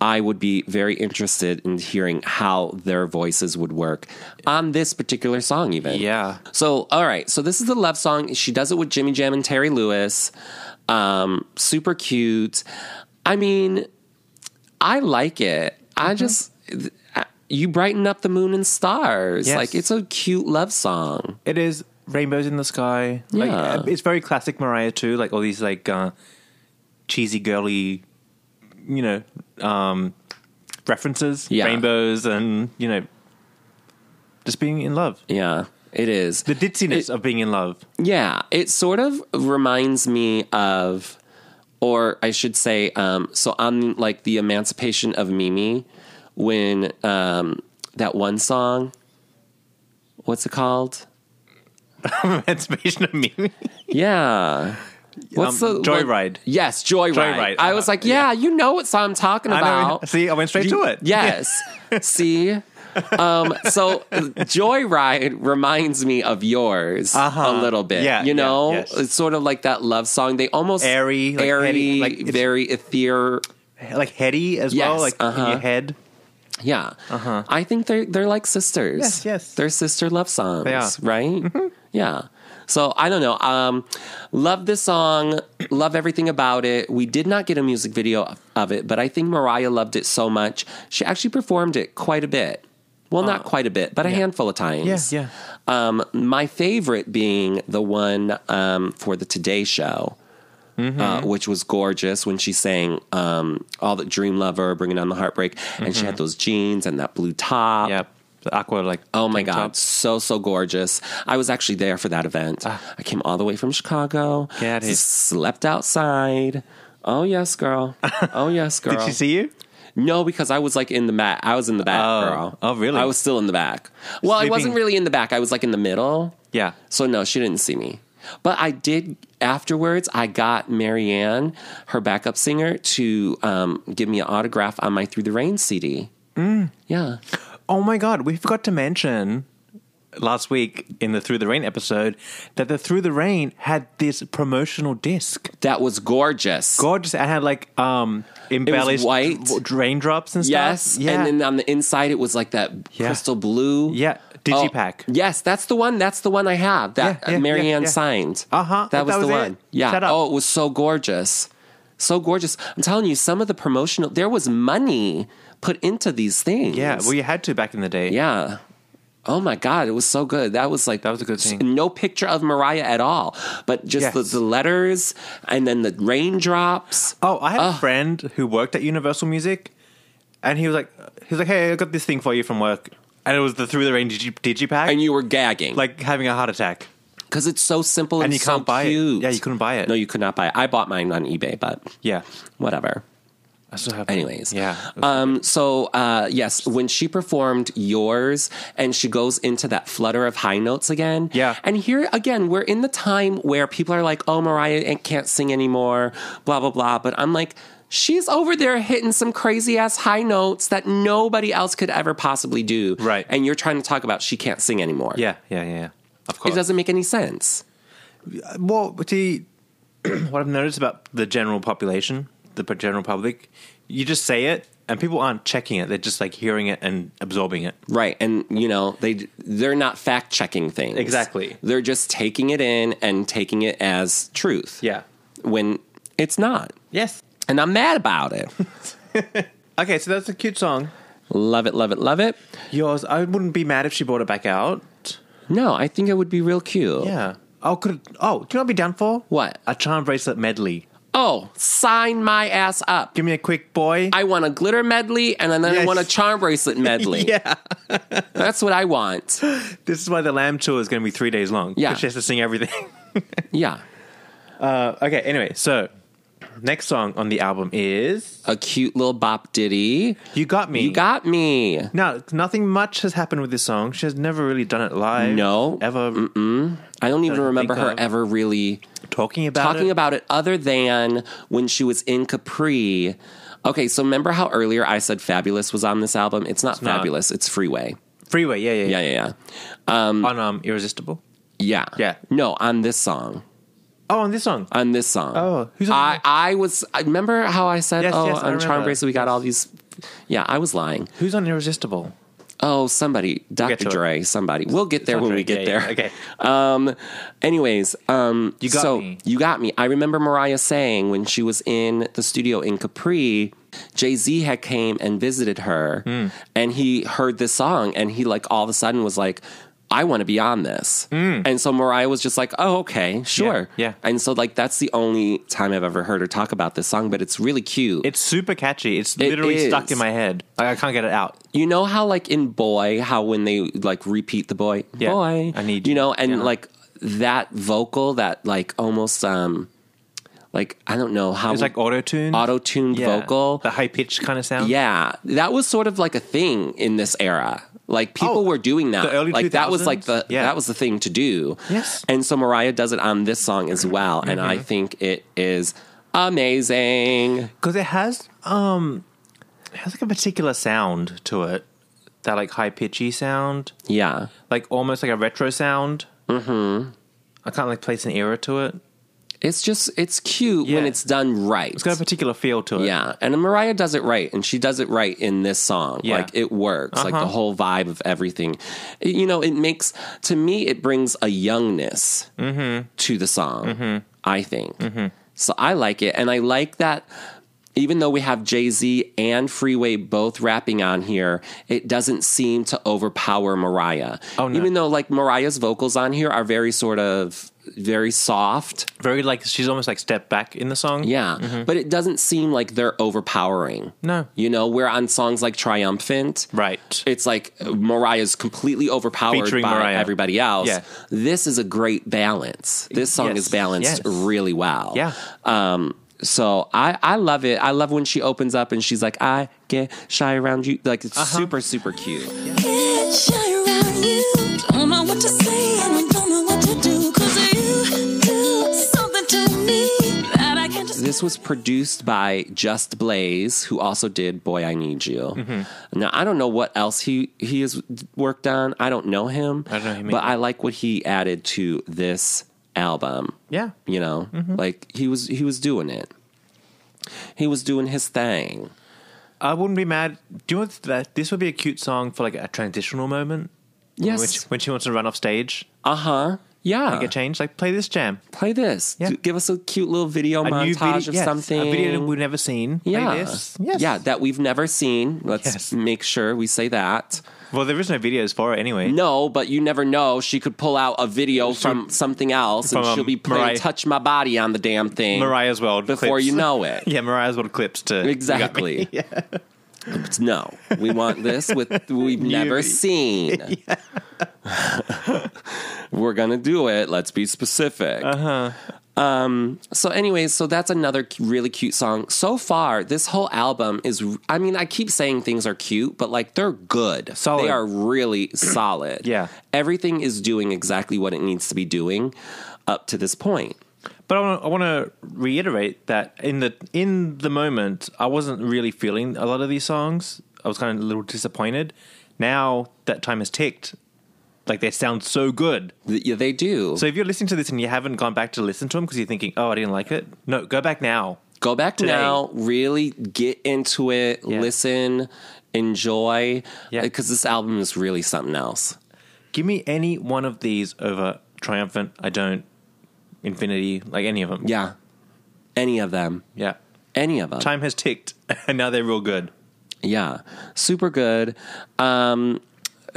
B: I would be very interested in hearing how their voices would work on this particular song, even.
A: Yeah.
B: So, all right. So, this is the love song. She does it with Jimmy Jam and Terry Lewis. Um, super cute. I mean, I like it.
A: Mm-hmm.
B: I just, th- I- you brighten up the moon and stars.
A: Yes.
B: Like, it's a cute love song.
A: It is rainbows in the sky. Like,
B: Yeah.
A: uh, it's very classic Mariah too. Like all these like uh, cheesy girly, you know, um, references,
B: Yeah.
A: rainbows, and you know, just being in love.
B: Yeah, it is.
A: The ditziness
B: It-
A: of being in love.
B: Yeah, it sort of reminds me of, or I should say, um, so on like the Emancipation of Mimi, when um, that one song, what's it called?
A: Emancipation of Mimi.
B: Yeah. What's
A: Um,
B: the
A: Joyride.
B: What, yes, Joyride.
A: Joyride,
B: I was
A: uh,
B: like, yeah, you know what song I'm talking
A: I know.
B: about.
A: See, I went straight to it.
B: Yes. See? Um, so Joyride reminds me of yours
A: Uh-huh.
B: a little bit.
A: Yeah, yeah,
B: You know?
A: yes.
B: It's sort of like that love song. They almost
A: Airy, like
B: airy,
A: heady, like it's-
B: very ethereal.
A: Like heady as well,
B: Yes,
A: like in
B: uh-huh.
A: your head.
B: Yeah. Uh-huh. I think they're they're like sisters.
A: Yes, yes.
B: They're sister love songs.
A: They are. Mm-hmm.
B: Right? Yeah. So I don't know. Um, love this song. Love everything about it. We did not get a music video of- of it, but I think Mariah loved it so much. She actually performed it quite a bit. Well, not quite a bit, but a handful of times.
A: Oh. Yeah,
B: Um, my favorite being the one um, for the Today Show
A: Mm-hmm.
B: uh, which was gorgeous when she sang um, all the Dream Lover, Bringing On the Heartbreak, and she had
A: Mm-hmm.
B: those jeans and that blue top.
A: Yeah. The aqua, like.
B: Uh, Oh my
A: tank
B: God,
A: top.
B: so so gorgeous! I was actually there for that event. I came all the way from Chicago.
A: Ah. Get it.
B: S- Slept outside. Oh yes, girl. Oh yes, girl.
A: Did she see you?
B: No, because I was like in the back. I was in the back,
A: Oh.
B: girl.
A: Oh, really?
B: I was still in the back. Well, I wasn't
A: Sleeping-
B: really in the back. I was like in the middle.
A: Yeah.
B: So no, she didn't see me. But I did afterwards. I got Marianne, her backup singer, to um, give me an autograph on my Through the Rain CD.
A: Mm.
B: Yeah,
A: Oh my god, we forgot to mention last week in the Through the Rain episode that the Through the Rain had this promotional disc.
B: that was gorgeous.
A: Gorgeous. It had like um embellished
B: white.
A: w- raindrops and stuff.
B: yes,
A: Yeah.
B: and then on the inside it was like that
A: Yeah.
B: crystal blue.
A: yeah. Digipack.
B: Oh, yes, that's the one. That's the one I have that
A: Yeah, yeah,
B: Marianne
A: yeah, yeah.
B: signed.
A: Uh-huh,
B: That was
A: that was
B: the
A: it.
B: one. Yeah.
A: Shut up.
B: Oh, it was so gorgeous. So gorgeous. I'm telling you, some of the promotional, there was money put into these things.
A: Yeah. Well, you had to back in the day.
B: Yeah. Oh my God, it was so good. That was like
A: That was a good thing.
B: No picture of Mariah at all, but just the,
A: Yes.
B: the letters and then the raindrops.
A: Oh, I had a friend who worked at Universal Music, and he was like, he was like, hey, I got this thing for you from work, and it was the Through the Rain digi- digipack,
B: And you were gagging,
A: like having a heart attack.
B: because it's so simple and,
A: And you
B: so
A: can't buy it.
B: cute.
A: Yeah, you couldn't buy it.
B: No, you could not buy it. I bought mine on eBay, but
A: Yeah.
B: whatever.
A: I still have.
B: Anyways,
A: Yeah.
B: Um, so uh, yes, when she performed yours, and she goes into that flutter of high notes again.
A: Yeah.
B: And here again, we're in the time where people are like, "Oh, Mariah can't sing anymore," blah blah blah. But I'm like. She's over there hitting some crazy ass high notes that nobody else could ever possibly do.
A: Right.
B: And you're trying to talk about she can't sing anymore.
A: Yeah. Yeah. Yeah. Of course.
B: It doesn't make any sense.
A: Well, see, what I've noticed about the general population, the general public, you just say it, and people aren't checking it; they're just like hearing it and absorbing it.
B: Right. And you know, they they're not fact checking things.
A: Exactly.
B: They're just taking it in and taking it as truth. when it's not.
A: Yes.
B: And I'm mad about it.
A: Okay, so that's a cute song.
B: love it, love it, love it.
A: Yours, I wouldn't be mad if she brought it back out.
B: No, I think it would be real cute.
A: Yeah. Oh, could oh, do you know what I'd be down for?
B: What?
A: A charm bracelet medley.
B: Oh, sign my ass up.
A: Give me a quick boy.
B: I want a glitter medley and then I
A: Yes.
B: want a charm bracelet medley.
A: yeah.
B: That's what I want.
A: This is why the lamb tour is going to be three days long.
B: Yeah.
A: 'cause She has to sing everything.
B: Yeah.
A: okay. Anyway, so next song on the album is
B: A cute little bop ditty.
A: "You Got Me."
B: You got me.
A: Now, nothing much has happened with this song. She has never really done it live.
B: No.
A: Ever
B: I don't even
A: Don't
B: remember
A: think
B: her
A: of-
B: ever really
A: talking about
B: talking
A: it.
B: about it other than when she was in Capri. Okay, so remember how earlier I said Fabulous was on this album? It's not
A: not.
B: Fabulous, it's Freeway.
A: Freeway, yeah, yeah,
B: Yeah,
A: yeah.
B: yeah, yeah.
A: On um, Irresistible.
B: Yeah.
A: Yeah.
B: No, on this song.
A: Oh, on this song.
B: On this song.
A: Oh, who's on
B: I,
A: that?
B: I was I remember how I said,
A: Yes,
B: Oh,
A: yes, I
B: on Charm
A: remember.
B: Bracelet we got all these Yeah, I was lying.
A: Who's on Irresistible?
B: Oh, somebody,
A: get to
B: Dr.
A: it.
B: Dre, somebody. We'll get there when we get there.
A: Okay.
B: Um anyways, um
A: You Got
B: so
A: Me.
B: you got me. I remember Mariah saying when she was in the studio in Capri, Jay-Z had came and visited her
A: Hmm.
B: and he heard this song and he like all of a sudden was like I want to be on this. And so Mariah was just like, "Oh, okay, sure."
A: Hmm. yeah.
B: And so like that's the only time I've ever heard her talk about this song, but it's really cute.
A: It's super catchy. It's literally
B: is.
A: stuck in my head. I, I can't get it out.
B: You know how like in boy, how when they like repeat the boy,
A: Yeah,
B: boy,
A: I need
B: you
A: you.
B: know, and
A: Yeah.
B: like that vocal, that like almost um like I don't know how
A: It's like auto-tune?
B: auto-tuned
A: Yeah.
B: vocal.
A: the high pitched kind of sound.
B: Yeah, that was sort of like a thing in this era. Like people
A: Oh,
B: were doing that.
A: the early
B: like that was like the
A: 2000s? Yeah.
B: that was the thing to do.
A: Yes. Mm-hmm.
B: And so Mariah does it on this song as well, and I think it is amazing.
A: because it has um, it has like a particular sound to it, that like high pitchy sound,
B: Yeah.
A: like almost like a retro sound. Mm-hmm. I can't like place an era to it.
B: It's just it's cute when
A: Yeah.
B: it's done right.
A: It's got a particular feel to it.
B: yeah, and Mariah does it right, and she does it right in this song.
A: Yeah.
B: Like it works, like the
A: Uh-huh.
B: whole vibe of everything. It- you know, it makes to me it brings a youngness
A: Mm-hmm.
B: to the song. I think so. I like it, and I like that. Even though we have Jay Z and Freeway both rapping on here, it doesn't seem to overpower Mariah.
A: Oh, no.
B: Even though like Mariah's vocals on here are very sort of very soft.
A: very like she's almost like step back in the song.
B: Yeah, but it doesn't seem like they're overpowering.
A: Mm-hmm. No.
B: you know, where on songs like "Triumphant,"
A: right.
B: it's like uh, Mariah's completely overpowered
A: Featuring
B: by
A: Mariah.
B: everybody else.
A: Yeah.
B: This is a great balance. This song
A: Yes,
B: is balanced
A: yes.
B: really well.
A: Yeah.
B: Um, so I, I love it. I love when she opens up and she's like, I get shy around you. Like it's
A: Uh-huh.
B: super, super cute.
D: Get shy around you. Don't know what to say and don't know what to do. 'Cause you do something to me that I can't just-
B: This was produced by Just Blaze, who also did "Boy I Need You."
A: Mm-hmm.
B: Now I don't know what else he he has worked on. I don't know him.
A: I don't know him
B: but
A: either.
B: I like what he added to this album.
A: Yeah. Mm-hmm.
B: you know, like he was he was doing it. He was doing his thing.
A: I wouldn't be mad. Do you know that this would be a cute song for like a transitional moment?
B: Yes.
A: When she, when she wants to run off stage,
B: Uh huh. Yeah.
A: like a change, like play this jam.
B: Play this.
A: Yeah.
B: Do- Give us a cute little video
A: A
B: montage
A: video,
B: of
A: yes,
B: something.
A: A video that we've never seen.
B: yeah.
A: Play this. Yes.
B: Yeah, that we've never seen. Let's
A: Yes.
B: make sure we say that.
A: well, there is no videos for it anyway.
B: No, but you never know. She could pull out a video from something else, and
A: From, um,
B: she'll be playing
A: Mariah-
B: "Touch My Body" on the damn thing.
A: Mariah's World
B: Before
A: clips.
B: you know it.
A: yeah, Mariah's World clips to you got me.
B: Exactly. It's- No, we want this with we've never seen. We're gonna do it. Let's be specific. Uh huh.
A: Uh-huh.
B: Um. So, anyways, so that's another cu- really cute song. So far, this whole album is. I mean, I keep saying things are cute, but like they're good.
A: Solid.
B: They are really solid.
A: Yeah.
B: Everything is doing exactly what it needs to be doing up to this point.
A: But I want, I want to reiterate that in the in the moment, I wasn't really feeling a lot of these songs. I was kind of a little disappointed. Now that time has ticked, like they sound so good.
B: Th- yeah, they do.
A: So if you're listening to this and you haven't gone back to listen to them because you're thinking, "Oh, I didn't like it," no, go back now.
B: go back
A: today.
B: now really get into it
A: Yeah.
B: listen enjoy
A: Yeah.
B: because this album is really something else
A: Give me any one of these over Triumphant. I don't Infinity, like any of them.
B: yeah any of them
A: yeah.
B: any of them
A: Time has ticked, and now they're real good.
B: yeah super good um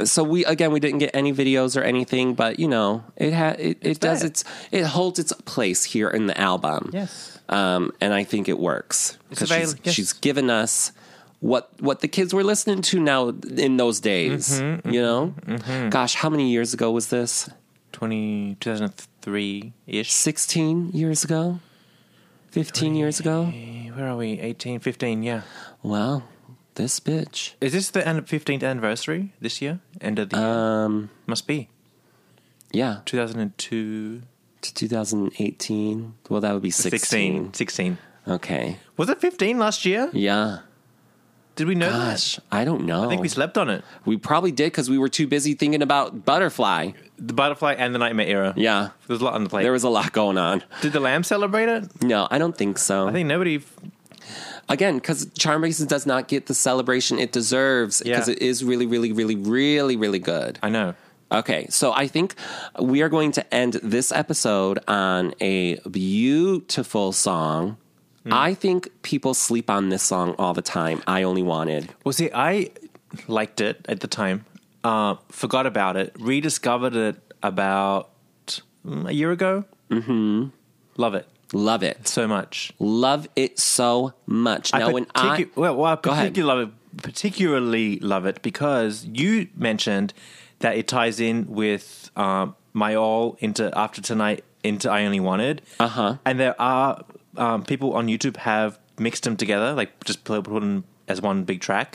B: so we again we didn't get any videos or anything but you know it ha- it, it does
A: there.
B: its it holds its place here in the album
A: Yes.
B: um and i think it works
A: It's
B: because she's,
A: avail- yes.
B: she's given us what what the kids were listening to now in those days
A: Mm-hmm,
B: you know gosh how many years ago was this
A: 20, 2003 ish.
B: 16 years ago 15 years ago
A: Where are we? 18, 15, yeah.
B: wow this bitch
A: Is this the an- 15th anniversary this year? End of the
B: um
A: year? Must be.
B: yeah
A: 2002,
B: to 2018 well that would be 16,
A: 16. 16.
B: okay
A: Was it 15 last year?
B: yeah
A: Did we know that?
B: gosh Oh. i don't know
A: I think we slept on it.
B: we probably did because we were too busy thinking about butterfly
A: The Butterfly and the Nightmare Era.
B: yeah
A: There's a lot on the plate.
B: there was a lot going on
A: Did the Lamb celebrate it?
B: no i don't think so
A: I think nobody. f-
B: again because Charmbases does not get the celebration it deserves
A: Yeah.
B: because it is really really really really really good
A: I know.
B: okay so i think we are going to end this episode on a beautiful song
A: Hmm.
B: i think people sleep on this song all the time i only wanted
A: Well, see, I liked it at the time, uh, forgot about it, rediscovered it about mm, a year ago. Mm-hmm. Love it
B: love it
A: so much.
B: love it so much now when i
A: particu- well, well, I
B: Go ahead.
A: particularly love it, particularly love it because you mentioned that it ties in with
B: Uh-huh.
A: um, my all into after tonight into I only wanted. Uh huh. And there are um, people on YouTube have mixed them together, like just put put them as one big track,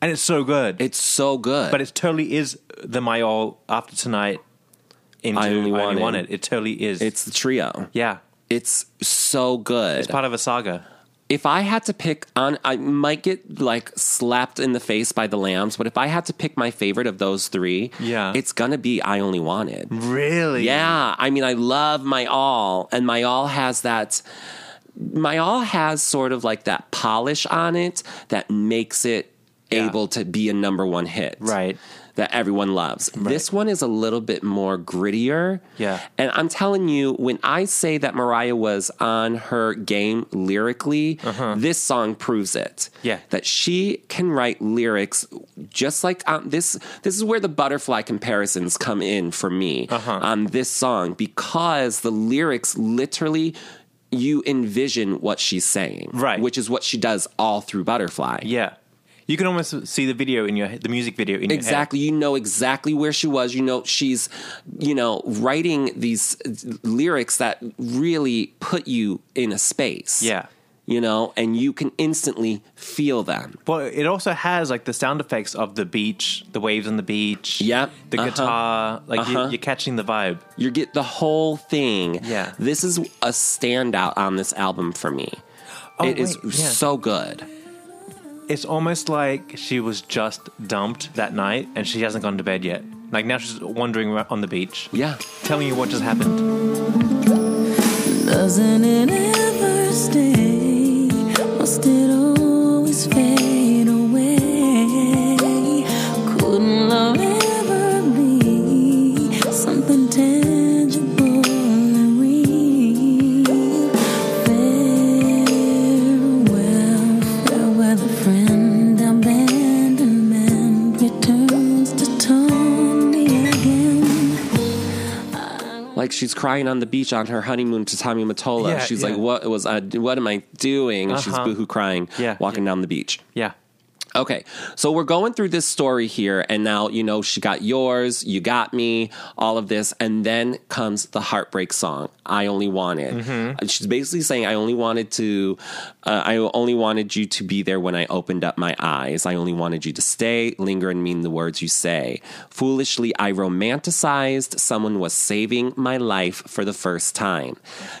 A: and it's so good.
B: It's so good.
A: but it totally is the my all after tonight. Into
B: I
A: I
B: Only
A: only,
B: Want It.
A: want it. It totally is.
B: it's the trio.
A: yeah.
B: It's so good.
A: It's part of a saga.
B: if I had to pick on, I might get like slapped in the face by the lambs, but if I had to pick my favorite of those three,
A: Yeah.
B: it's gonna be I Only Wanted.
A: Really?
B: Yeah, I mean, I love my all, and my all has that. My all has sort of like that polish on it that makes it
A: Yeah.
B: able to be a number one hit,
A: Right.
B: That everyone loves. This one is a little bit more grittier,
A: Yeah.
B: And I'm telling you, when I say that Mariah was on her game lyrically,
A: Uh-huh.
B: this song proves it.
A: Yeah.
B: that she can write lyrics just like um, this. This is where the butterfly comparisons come in for me
A: Uh-huh.
B: on this song because the lyrics literally. You envision what she's saying,
A: Right.
B: Which is what she does all through Butterfly.
A: Yeah. You can almost see the video in your the music video in
B: Exactly. You know exactly where she was. You know she's, you know, writing these uh, lyrics that really put you in a space.
A: your head. Yeah.
B: You know, and you can instantly feel them.
A: Well, it also has like the sound effects of the beach, the waves on the beach.
B: Yep.
A: The
B: Uh-huh.
A: guitar, like you, you're catching the vibe.
B: You get the whole thing.
A: Yeah.
B: This is a standout on this album for me. it is
A: Oh, wait, yeah.
B: so good.
A: It's almost like she was just dumped that night and she hasn't gone to bed yet. Like now she's wandering ar- on the beach,
B: Yeah.
A: telling you what just happened.
D: Doesn't it ever stay? Must it always fade away? Couldn't love ever be something tangible and real? Farewell, farewell, the friend abandonment returns to taunt me again.
B: Like she's crying on the beach on her honeymoon to Tommy Mottola.
A: Yeah,
B: she's
A: yeah.
B: like, "What was I? What am I doing?" And she's
A: Uh-huh.
B: boohoo crying,
A: Yeah.
B: walking down the beach.
A: Yeah.
B: Okay, so we're going through this story here, and now, you know, she got yours, you got me, all of this, and then comes the heartbreak song, I Only Wanted.
A: Mm-hmm.
B: She's basically saying, I only wanted to, uh, I only wanted you to be there when I opened up my eyes. I only wanted you to stay, linger, and mean the words you say. Foolishly, I romanticized someone was saving my life for the first time.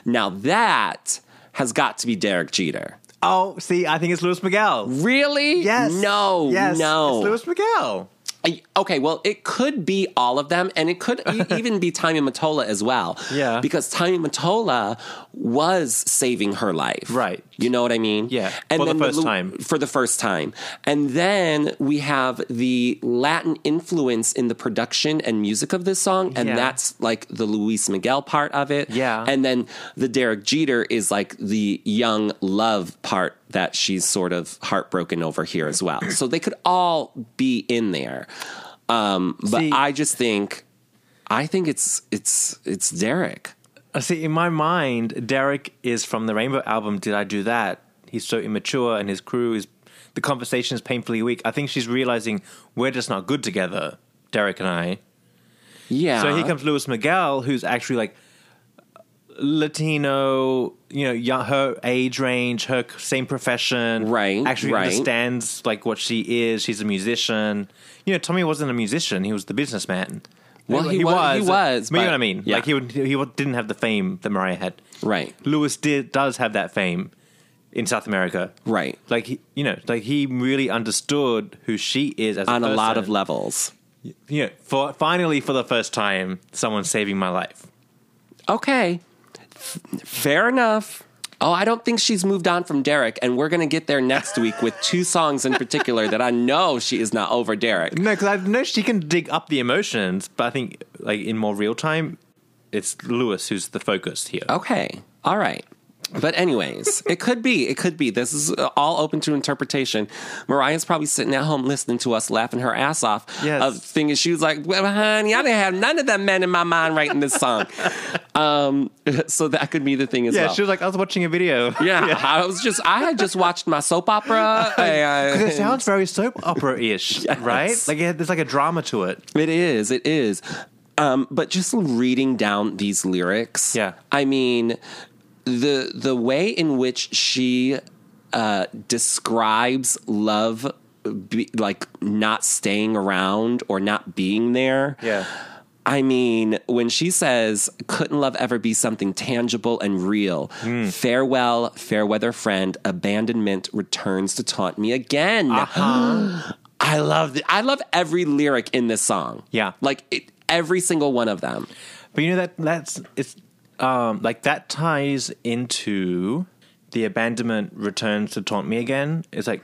B: Now that has got to be Derek Jeter.
A: Oh, see, I think it's Luis Miguel.
B: Really?
A: Yes.
B: No.
A: Yes.
B: No.
A: It's Luis Miguel.
B: I- Okay, well, it could be all of them, and it could e- even be Tanya Matola as well.
A: Yeah.
B: because Tanya Matola was saving her life.
A: Right.
B: You know what I mean?
A: Yeah, for the first
B: Lu-
A: time.
B: For the first time, and then we have the Latin influence in the production and music of this song, and
A: Yeah.
B: that's like the Luis Miguel part of it.
A: Yeah.
B: and then the Derek Jeter is like the young love part that she's sort of heartbroken over here as well. So they could all be in there. Um, but
A: See-
B: I just think, I think it's it's it's Derek.
A: Uh, See, in my mind, Derek is from the Rainbow album. Did I do that? He's so immature, and his crew is. The conversation is painfully weak. I think she's realizing we're just not good together, Derek and I.
B: Yeah.
A: So here comes Luis Miguel, who's actually like Latino, you know, young, her age range, her c- same profession,
B: Right,
A: Actually
B: right.
A: understands like what she is. She's a musician. You know, Tommy wasn't a musician; he was the businessman.
B: Well, he wa- he was,
A: But you know
B: but-
A: what I mean?
B: yeah.
A: Like he would, he would- didn't have the fame that Mariah had.
B: right,
A: Lewis did does have that fame in South America,
B: right,
A: Like he, you know, like he really understood who she is as
B: on a lot
A: person
B: of levels.
A: you know, for finally for the first time, someone's saving my life.
B: Okay, F- fair enough. Oh, I don't think she's moved on from Derek, and we're gonna get there next week with two songs in particular that I know she is not over Derek.
A: No, because I've noticed she can dig up the emotions, but I think like in more real time, it's Lewis who's the focus
B: Oh,
A: here.
B: Okay. All right. But anyways, it could be. It could be. This is uh, all open to interpretation. Mariah's probably sitting at home listening to us laughing her ass off.
A: Yes.
B: Of thinking she was like, well, honey, I didn't have none of that man in my mind writing this song. um, so that could be the thing as
A: yeah,
B: well.
A: she was like, I was watching a video.
B: yeah, I was just, I had just watched my soap opera. and-
A: It sounds very soap opera ish, right? Like it, there's like a drama to it.
B: It is. It is. Um, but just reading down these lyrics.
A: Yeah.
B: I mean, the the way in which she uh, describes love, be, like not staying around or not being there.
A: Yeah.
B: I mean, when she says, couldn't love ever be something tangible and real?
A: Hmm.
B: Farewell, fair weather friend, abandonment returns to taunt me again.
A: Uh-huh.
B: I love th- I love every lyric in this song.
A: Yeah.
B: Like it, every single one of them.
A: But you know that that's it's um like that ties into the abandonment returns to taunt me again. It's like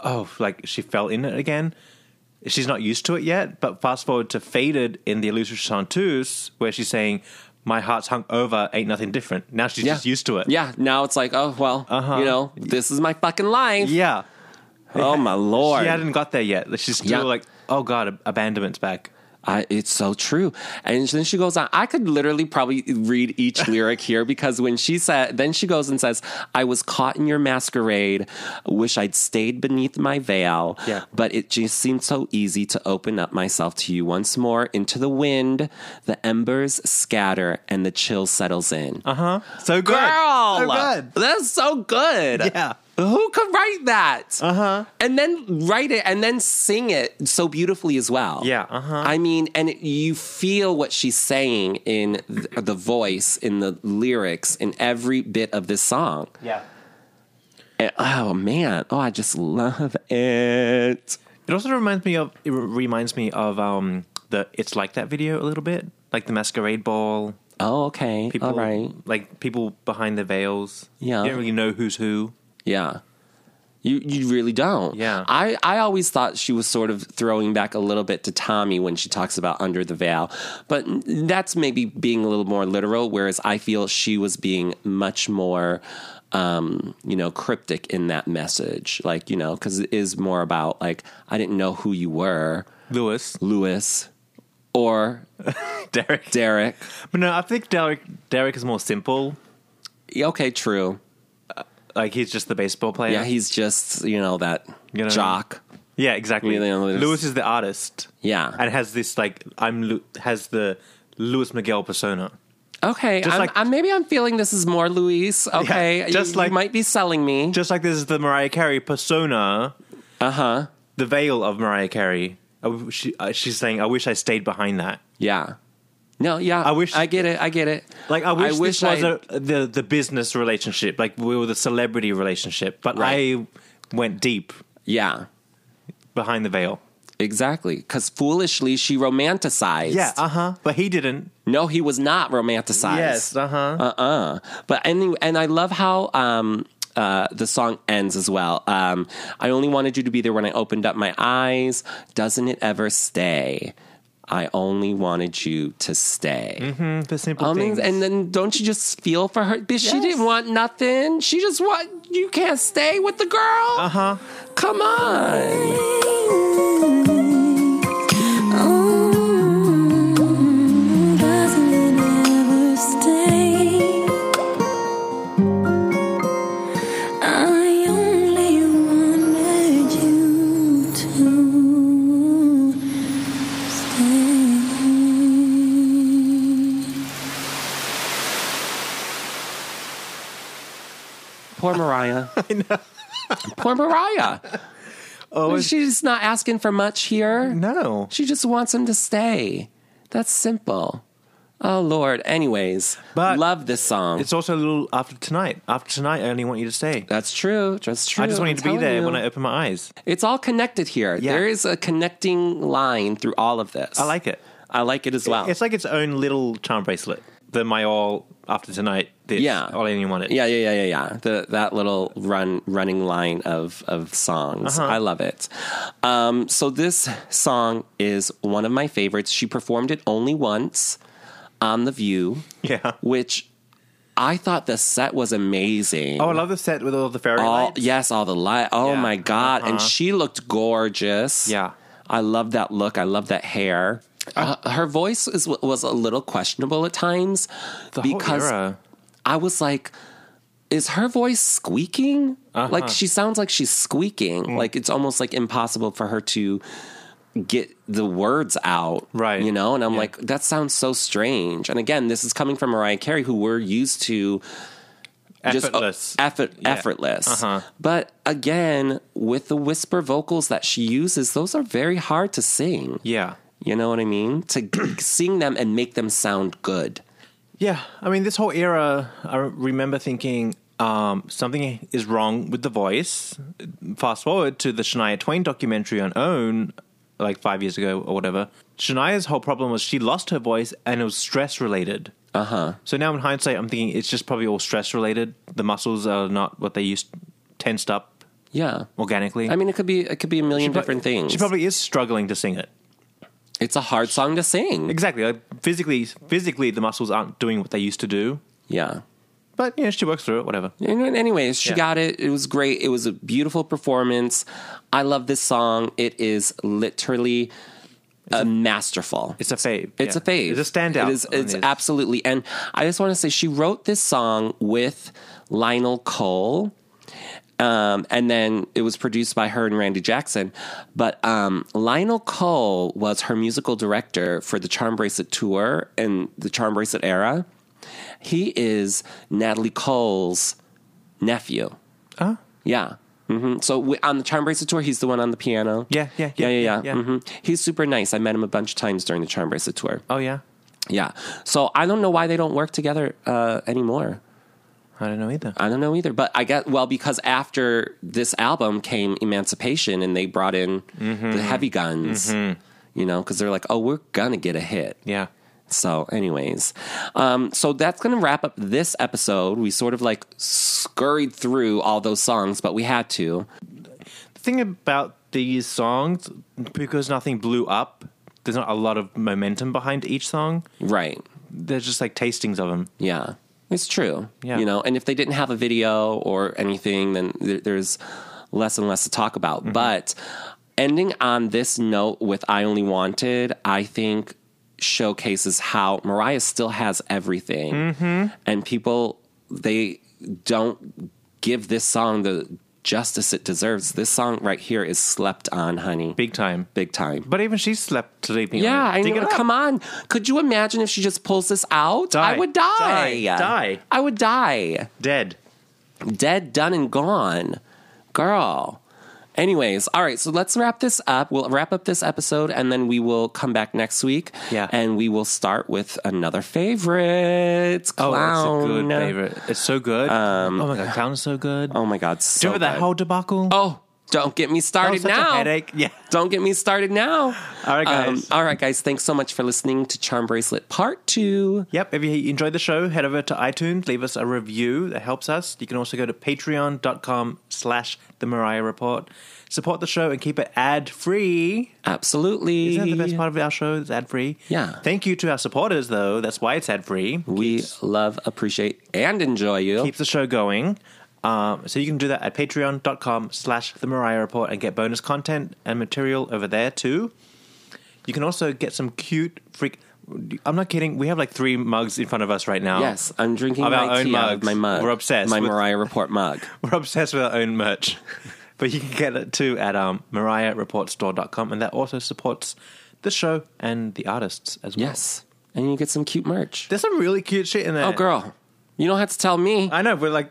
A: oh, like she fell in it again. She's not used to it yet, but fast forward to Faded in the Elusive Chanteuse, where she's saying, My heart's hung over, ain't nothing different. Now she's just used to it.
B: Yeah. Now it's like, oh well,
A: Uh-huh.
B: you know, this is my fucking life.
A: Yeah.
B: Oh my lord.
A: She hadn't got there yet. She's still
B: Yeah.
A: like, Oh God, ab- abandonment's back.
B: I, it's so true. And then she goes on. I could literally probably read each lyric here because when she said, then she goes and says, I was caught in your masquerade. Wish I'd stayed beneath my veil.
A: Yeah.
B: But it just seemed so easy to open up myself to you once more into the wind. The embers scatter and the chill settles in. Uh
A: Huh? So good.
B: Girl,
A: So good.
B: that's so good.
A: Yeah. Uh-huh.
B: Who could write that? Uh huh. And then write it and then sing it so beautifully as well.
A: Yeah, uh-huh.
B: I mean, and it- you feel what she's saying in th- the voice, in the lyrics, in every bit of this song.
A: Yeah.
B: And, oh man! Oh, I just love it.
A: It also reminds me of it reminds me of um the it's like that video a little bit, like the masquerade ball.
B: Oh, okay.
A: People
B: All right.
A: like people behind the veils.
B: Yeah.
A: you don't really know who's who.
B: Yeah. You you really don't.
A: Yeah.
B: I, I always thought she was sort of throwing back a little bit to Tommy when she talks about under the veil, but n- that's maybe being a little more literal. Whereas I feel she was being much more, um, you know, cryptic in that message. Like you know, because it is more about like I didn't know who you were,
A: Lewis,
B: Lewis, or
A: Derek.
B: Derek.
A: But no, I think Derek. Derek is more simple.
B: Yeah, Okay, true.
A: Like he's just the baseball player.
B: Yeah, he's just you know that
A: You know-
B: jock.
A: yeah, exactly.
B: Really, I'm Lewis.
A: Lewis is the artist.
B: Yeah.
A: and has this like I'm Lu- has the Lewis Miguel persona.
B: Okay,
A: Just
B: I'm,
A: like-
B: I'm- maybe I'm feeling this is more Luis. Okay,
A: just
B: you,
A: like-
B: you might be selling me.
A: Just like this is the Mariah Carey persona.
B: Uh huh.
A: the veil of Mariah Carey. I w- She, uh, she's saying, "I wish I stayed behind that.
B: Yeah. No. Yeah.
A: I wish-
B: I get it. I get it.
A: Like, I wish, this was
B: I-
A: a, the the business relationship, like we were the celebrity relationship. But
B: Right.
A: I went deep
B: yeah.
A: behind the veil.
B: Exactly. Because foolishly she romanticized.
A: uh huh. But he didn't.
B: no, he was not romanticized. Uh-uh.
A: uh huh.
B: But anyway, and I love how um, uh, the song ends as well. Um, I only wanted you to be there when I opened up my eyes. Doesn't it ever stay? I only wanted you to stay.
A: The simple
B: Um,
A: things.
B: and- and then don't you just feel for her? Bitch, she didn't want nothing. She just want you can't stay with the girl. Uh
A: Uh-huh.
B: huh. Come on.
D: Oh, Doesn't it ever stay? I only wanted you to stay.
B: Poor Mariah. I know. Poor Mariah. Oh, she's not asking for much here.
A: no.
B: She just wants him to stay. That's simple. Oh Lord. Anyways,
A: But-
B: love this song.
A: It's also a little after tonight. After tonight, I only want you to stay.
B: That's true. That's true.
A: I just want you
B: I'm
A: to be
B: telling
A: there
B: you.
A: when I open my eyes.
B: It's all connected here.
A: Yeah.
B: There is a connecting line through all of this.
A: I like it.
B: I like it as well.
A: It's like its own little charm bracelet. The my all after tonight. This,
B: Yeah.
A: all I only wanted.
B: Yeah, yeah, yeah, yeah, yeah. The that little run running line of of songs.
A: Uh-huh.
B: I love it. Um, so this song is one of my favorites. She performed it only once on The View,
A: yeah.
B: which I thought the set was amazing.
A: Oh, I love the set with all the fairy
B: all,
A: lights.
B: yes, all the light. Oh
A: Yeah.
B: my god! And
A: Uh-huh.
B: she looked gorgeous.
A: Yeah.
B: I love that look. I love that hair. Uh, her voice is, was a little questionable at times
A: The whole
B: because
A: era.
B: I was like, is her voice squeaking?
A: Uh-huh.
B: Like she sounds like she's squeaking.
A: Mm.
B: Like it's almost like impossible for her to get the words out.
A: Right.
B: You know, and I'm like, that sounds so strange. And again, this is coming from Mariah Carey, who we're used to
A: Effortless.
B: Just, uh, effort,
A: Yeah.
B: Effortless.
A: Uh-huh.
B: But again, with the whisper vocals that she uses, those are very hard to sing.
A: Yeah.
B: You know what I mean? To sing them and make them sound good.
A: Yeah, I mean, this whole era, I remember thinking um, something is wrong with the voice. Fast forward to the Shania Twain documentary on OWN, like five years ago or whatever. Shania's whole problem was she lost her voice and it was stress related. Uh
B: Uh-huh.
A: huh. So now in hindsight, I'm thinking it's just probably all stress related. The muscles are not what they used, tensed up
B: Yeah.
A: organically.
B: I mean, it could be it could be a million
A: She pro-
B: different things.
A: She probably is struggling to sing it.
B: it's a hard song to sing.
A: Exactly. Like physically, physically, the muscles aren't doing what they used to do.
B: Yeah.
A: But you know, she works through it. Whatever.
B: And anyways, she
A: Yeah.
B: got it. It was great. It was a beautiful performance. I love this song. It is literally a masterful.
A: It's a fave.
B: It's
A: yeah.
B: a fave.
A: It's a standout.
B: It is,
A: on
B: it's
A: this.
B: absolutely. And I just want to say she wrote this song with Lionel Cole. Um, and then it was produced by her and Randy Jackson. But um, Lionel Cole was her musical director for the Charm Bracelet tour and the Charm Bracelet era. He is Natalie Cole's nephew.
A: Huh?
B: Yeah. hmm So we, on the Charm Bracelet tour, he's the one on the piano.
A: Yeah, yeah, yeah,
B: yeah, yeah.
A: yeah,
B: yeah,
A: yeah.
B: hmm He's super nice. I met him a bunch of times during the Charm Bracelet tour.
A: Oh yeah.
B: Yeah. So I don't know why they don't work together uh, anymore.
A: I don't know either.
B: I don't know either. But I got well because after this album came Emancipation, and they brought in the heavy guns. You know, because they're like, oh, we're gonna get a hit.
A: yeah.
B: So, anyways, um, so that's going to wrap up this episode. We sort of like scurried through all those songs, but we had to.
A: The thing about these songs, because nothing blew up, there's not a lot of momentum behind each song.
B: Right.
A: There's just like tastings of them.
B: Yeah. It's true.
A: Yeah.
B: You know, and if they didn't have a video or anything, then th- there's less and less to talk about. But ending on this note with I Only Wanted, I think showcases how Mariah still has everything. And people, they don't give this song the justice it deserves. This song right here is slept on, honey.
A: Big time.
B: Big time.
A: But even she slept sleeping.
B: Yeah,
A: on it.
B: I
A: Dig
B: know.
A: it up.
B: Come on. Could you imagine if she just pulls this out?
A: Die.
B: I would
A: Die.
B: die.
A: Die.
B: I would die.
A: Dead.
B: Dead, done, and gone. Girl. Anyways, all right, so let's wrap this up. We'll wrap up this episode and then we will come back next week.
A: Yeah.
B: And we will start with another
A: Oh,
B: favorite. Clown.
A: it's a good favorite. It's so good. oh my god, clown is so good.
B: Um, Oh my God. So
A: Do you remember that
B: good.
A: whole debacle?
B: Oh, don't get me
A: that
B: started
A: was such
B: now.
A: a headache. Yeah.
B: Don't get me started now. Um,
A: All right, guys.
B: all right, guys. Thanks so much for listening to Charm Bracelet Part 2.
A: Yep. If you enjoyed the show, head over to iTunes, leave us a review. That helps us. You can also go to patreon.com slash the Mariah Report. Support the show and keep it ad free.
B: Absolutely.
A: Isn't that the best part of our show? It's ad free.
B: Yeah.
A: Thank you to our supporters though. That's why it's ad free.
B: We love, appreciate, and enjoy you.
A: Keeps the show going. Um, so you can do that at patreon.com slash the Mariah Report and get bonus content and material over there too. You can also get some cute freak I'm not kidding. We have like three mugs in front of us right now.
B: yes, I'm drinking
A: Of our
B: my
A: own
B: tea out of
A: mugs.
B: my mug.
A: We're obsessed
B: My
A: with-
B: Mariah Report mug.
A: We're obsessed with our own merch. But you can get it too at um, mariahreportstore.com, and that also supports the show and the artists as well.
B: Yes. And you get some cute merch.
A: There's some really cute shit in there.
B: Oh, girl. You don't have to tell me.
A: I know, but like,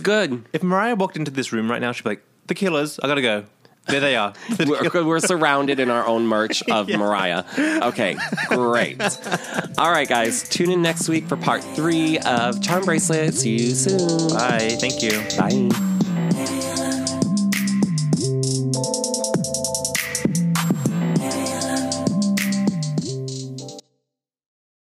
B: good.
A: if Mariah walked into this room right now, she'd be like, The Killers, I gotta go. There they are. The
B: We're,
A: Killers.
B: we're surrounded in our own merch of Mariah. Okay, great. All right, guys. Tune in next week for part three of Charm Bracelet. See you soon.
A: Bye. Thank you.
B: Bye.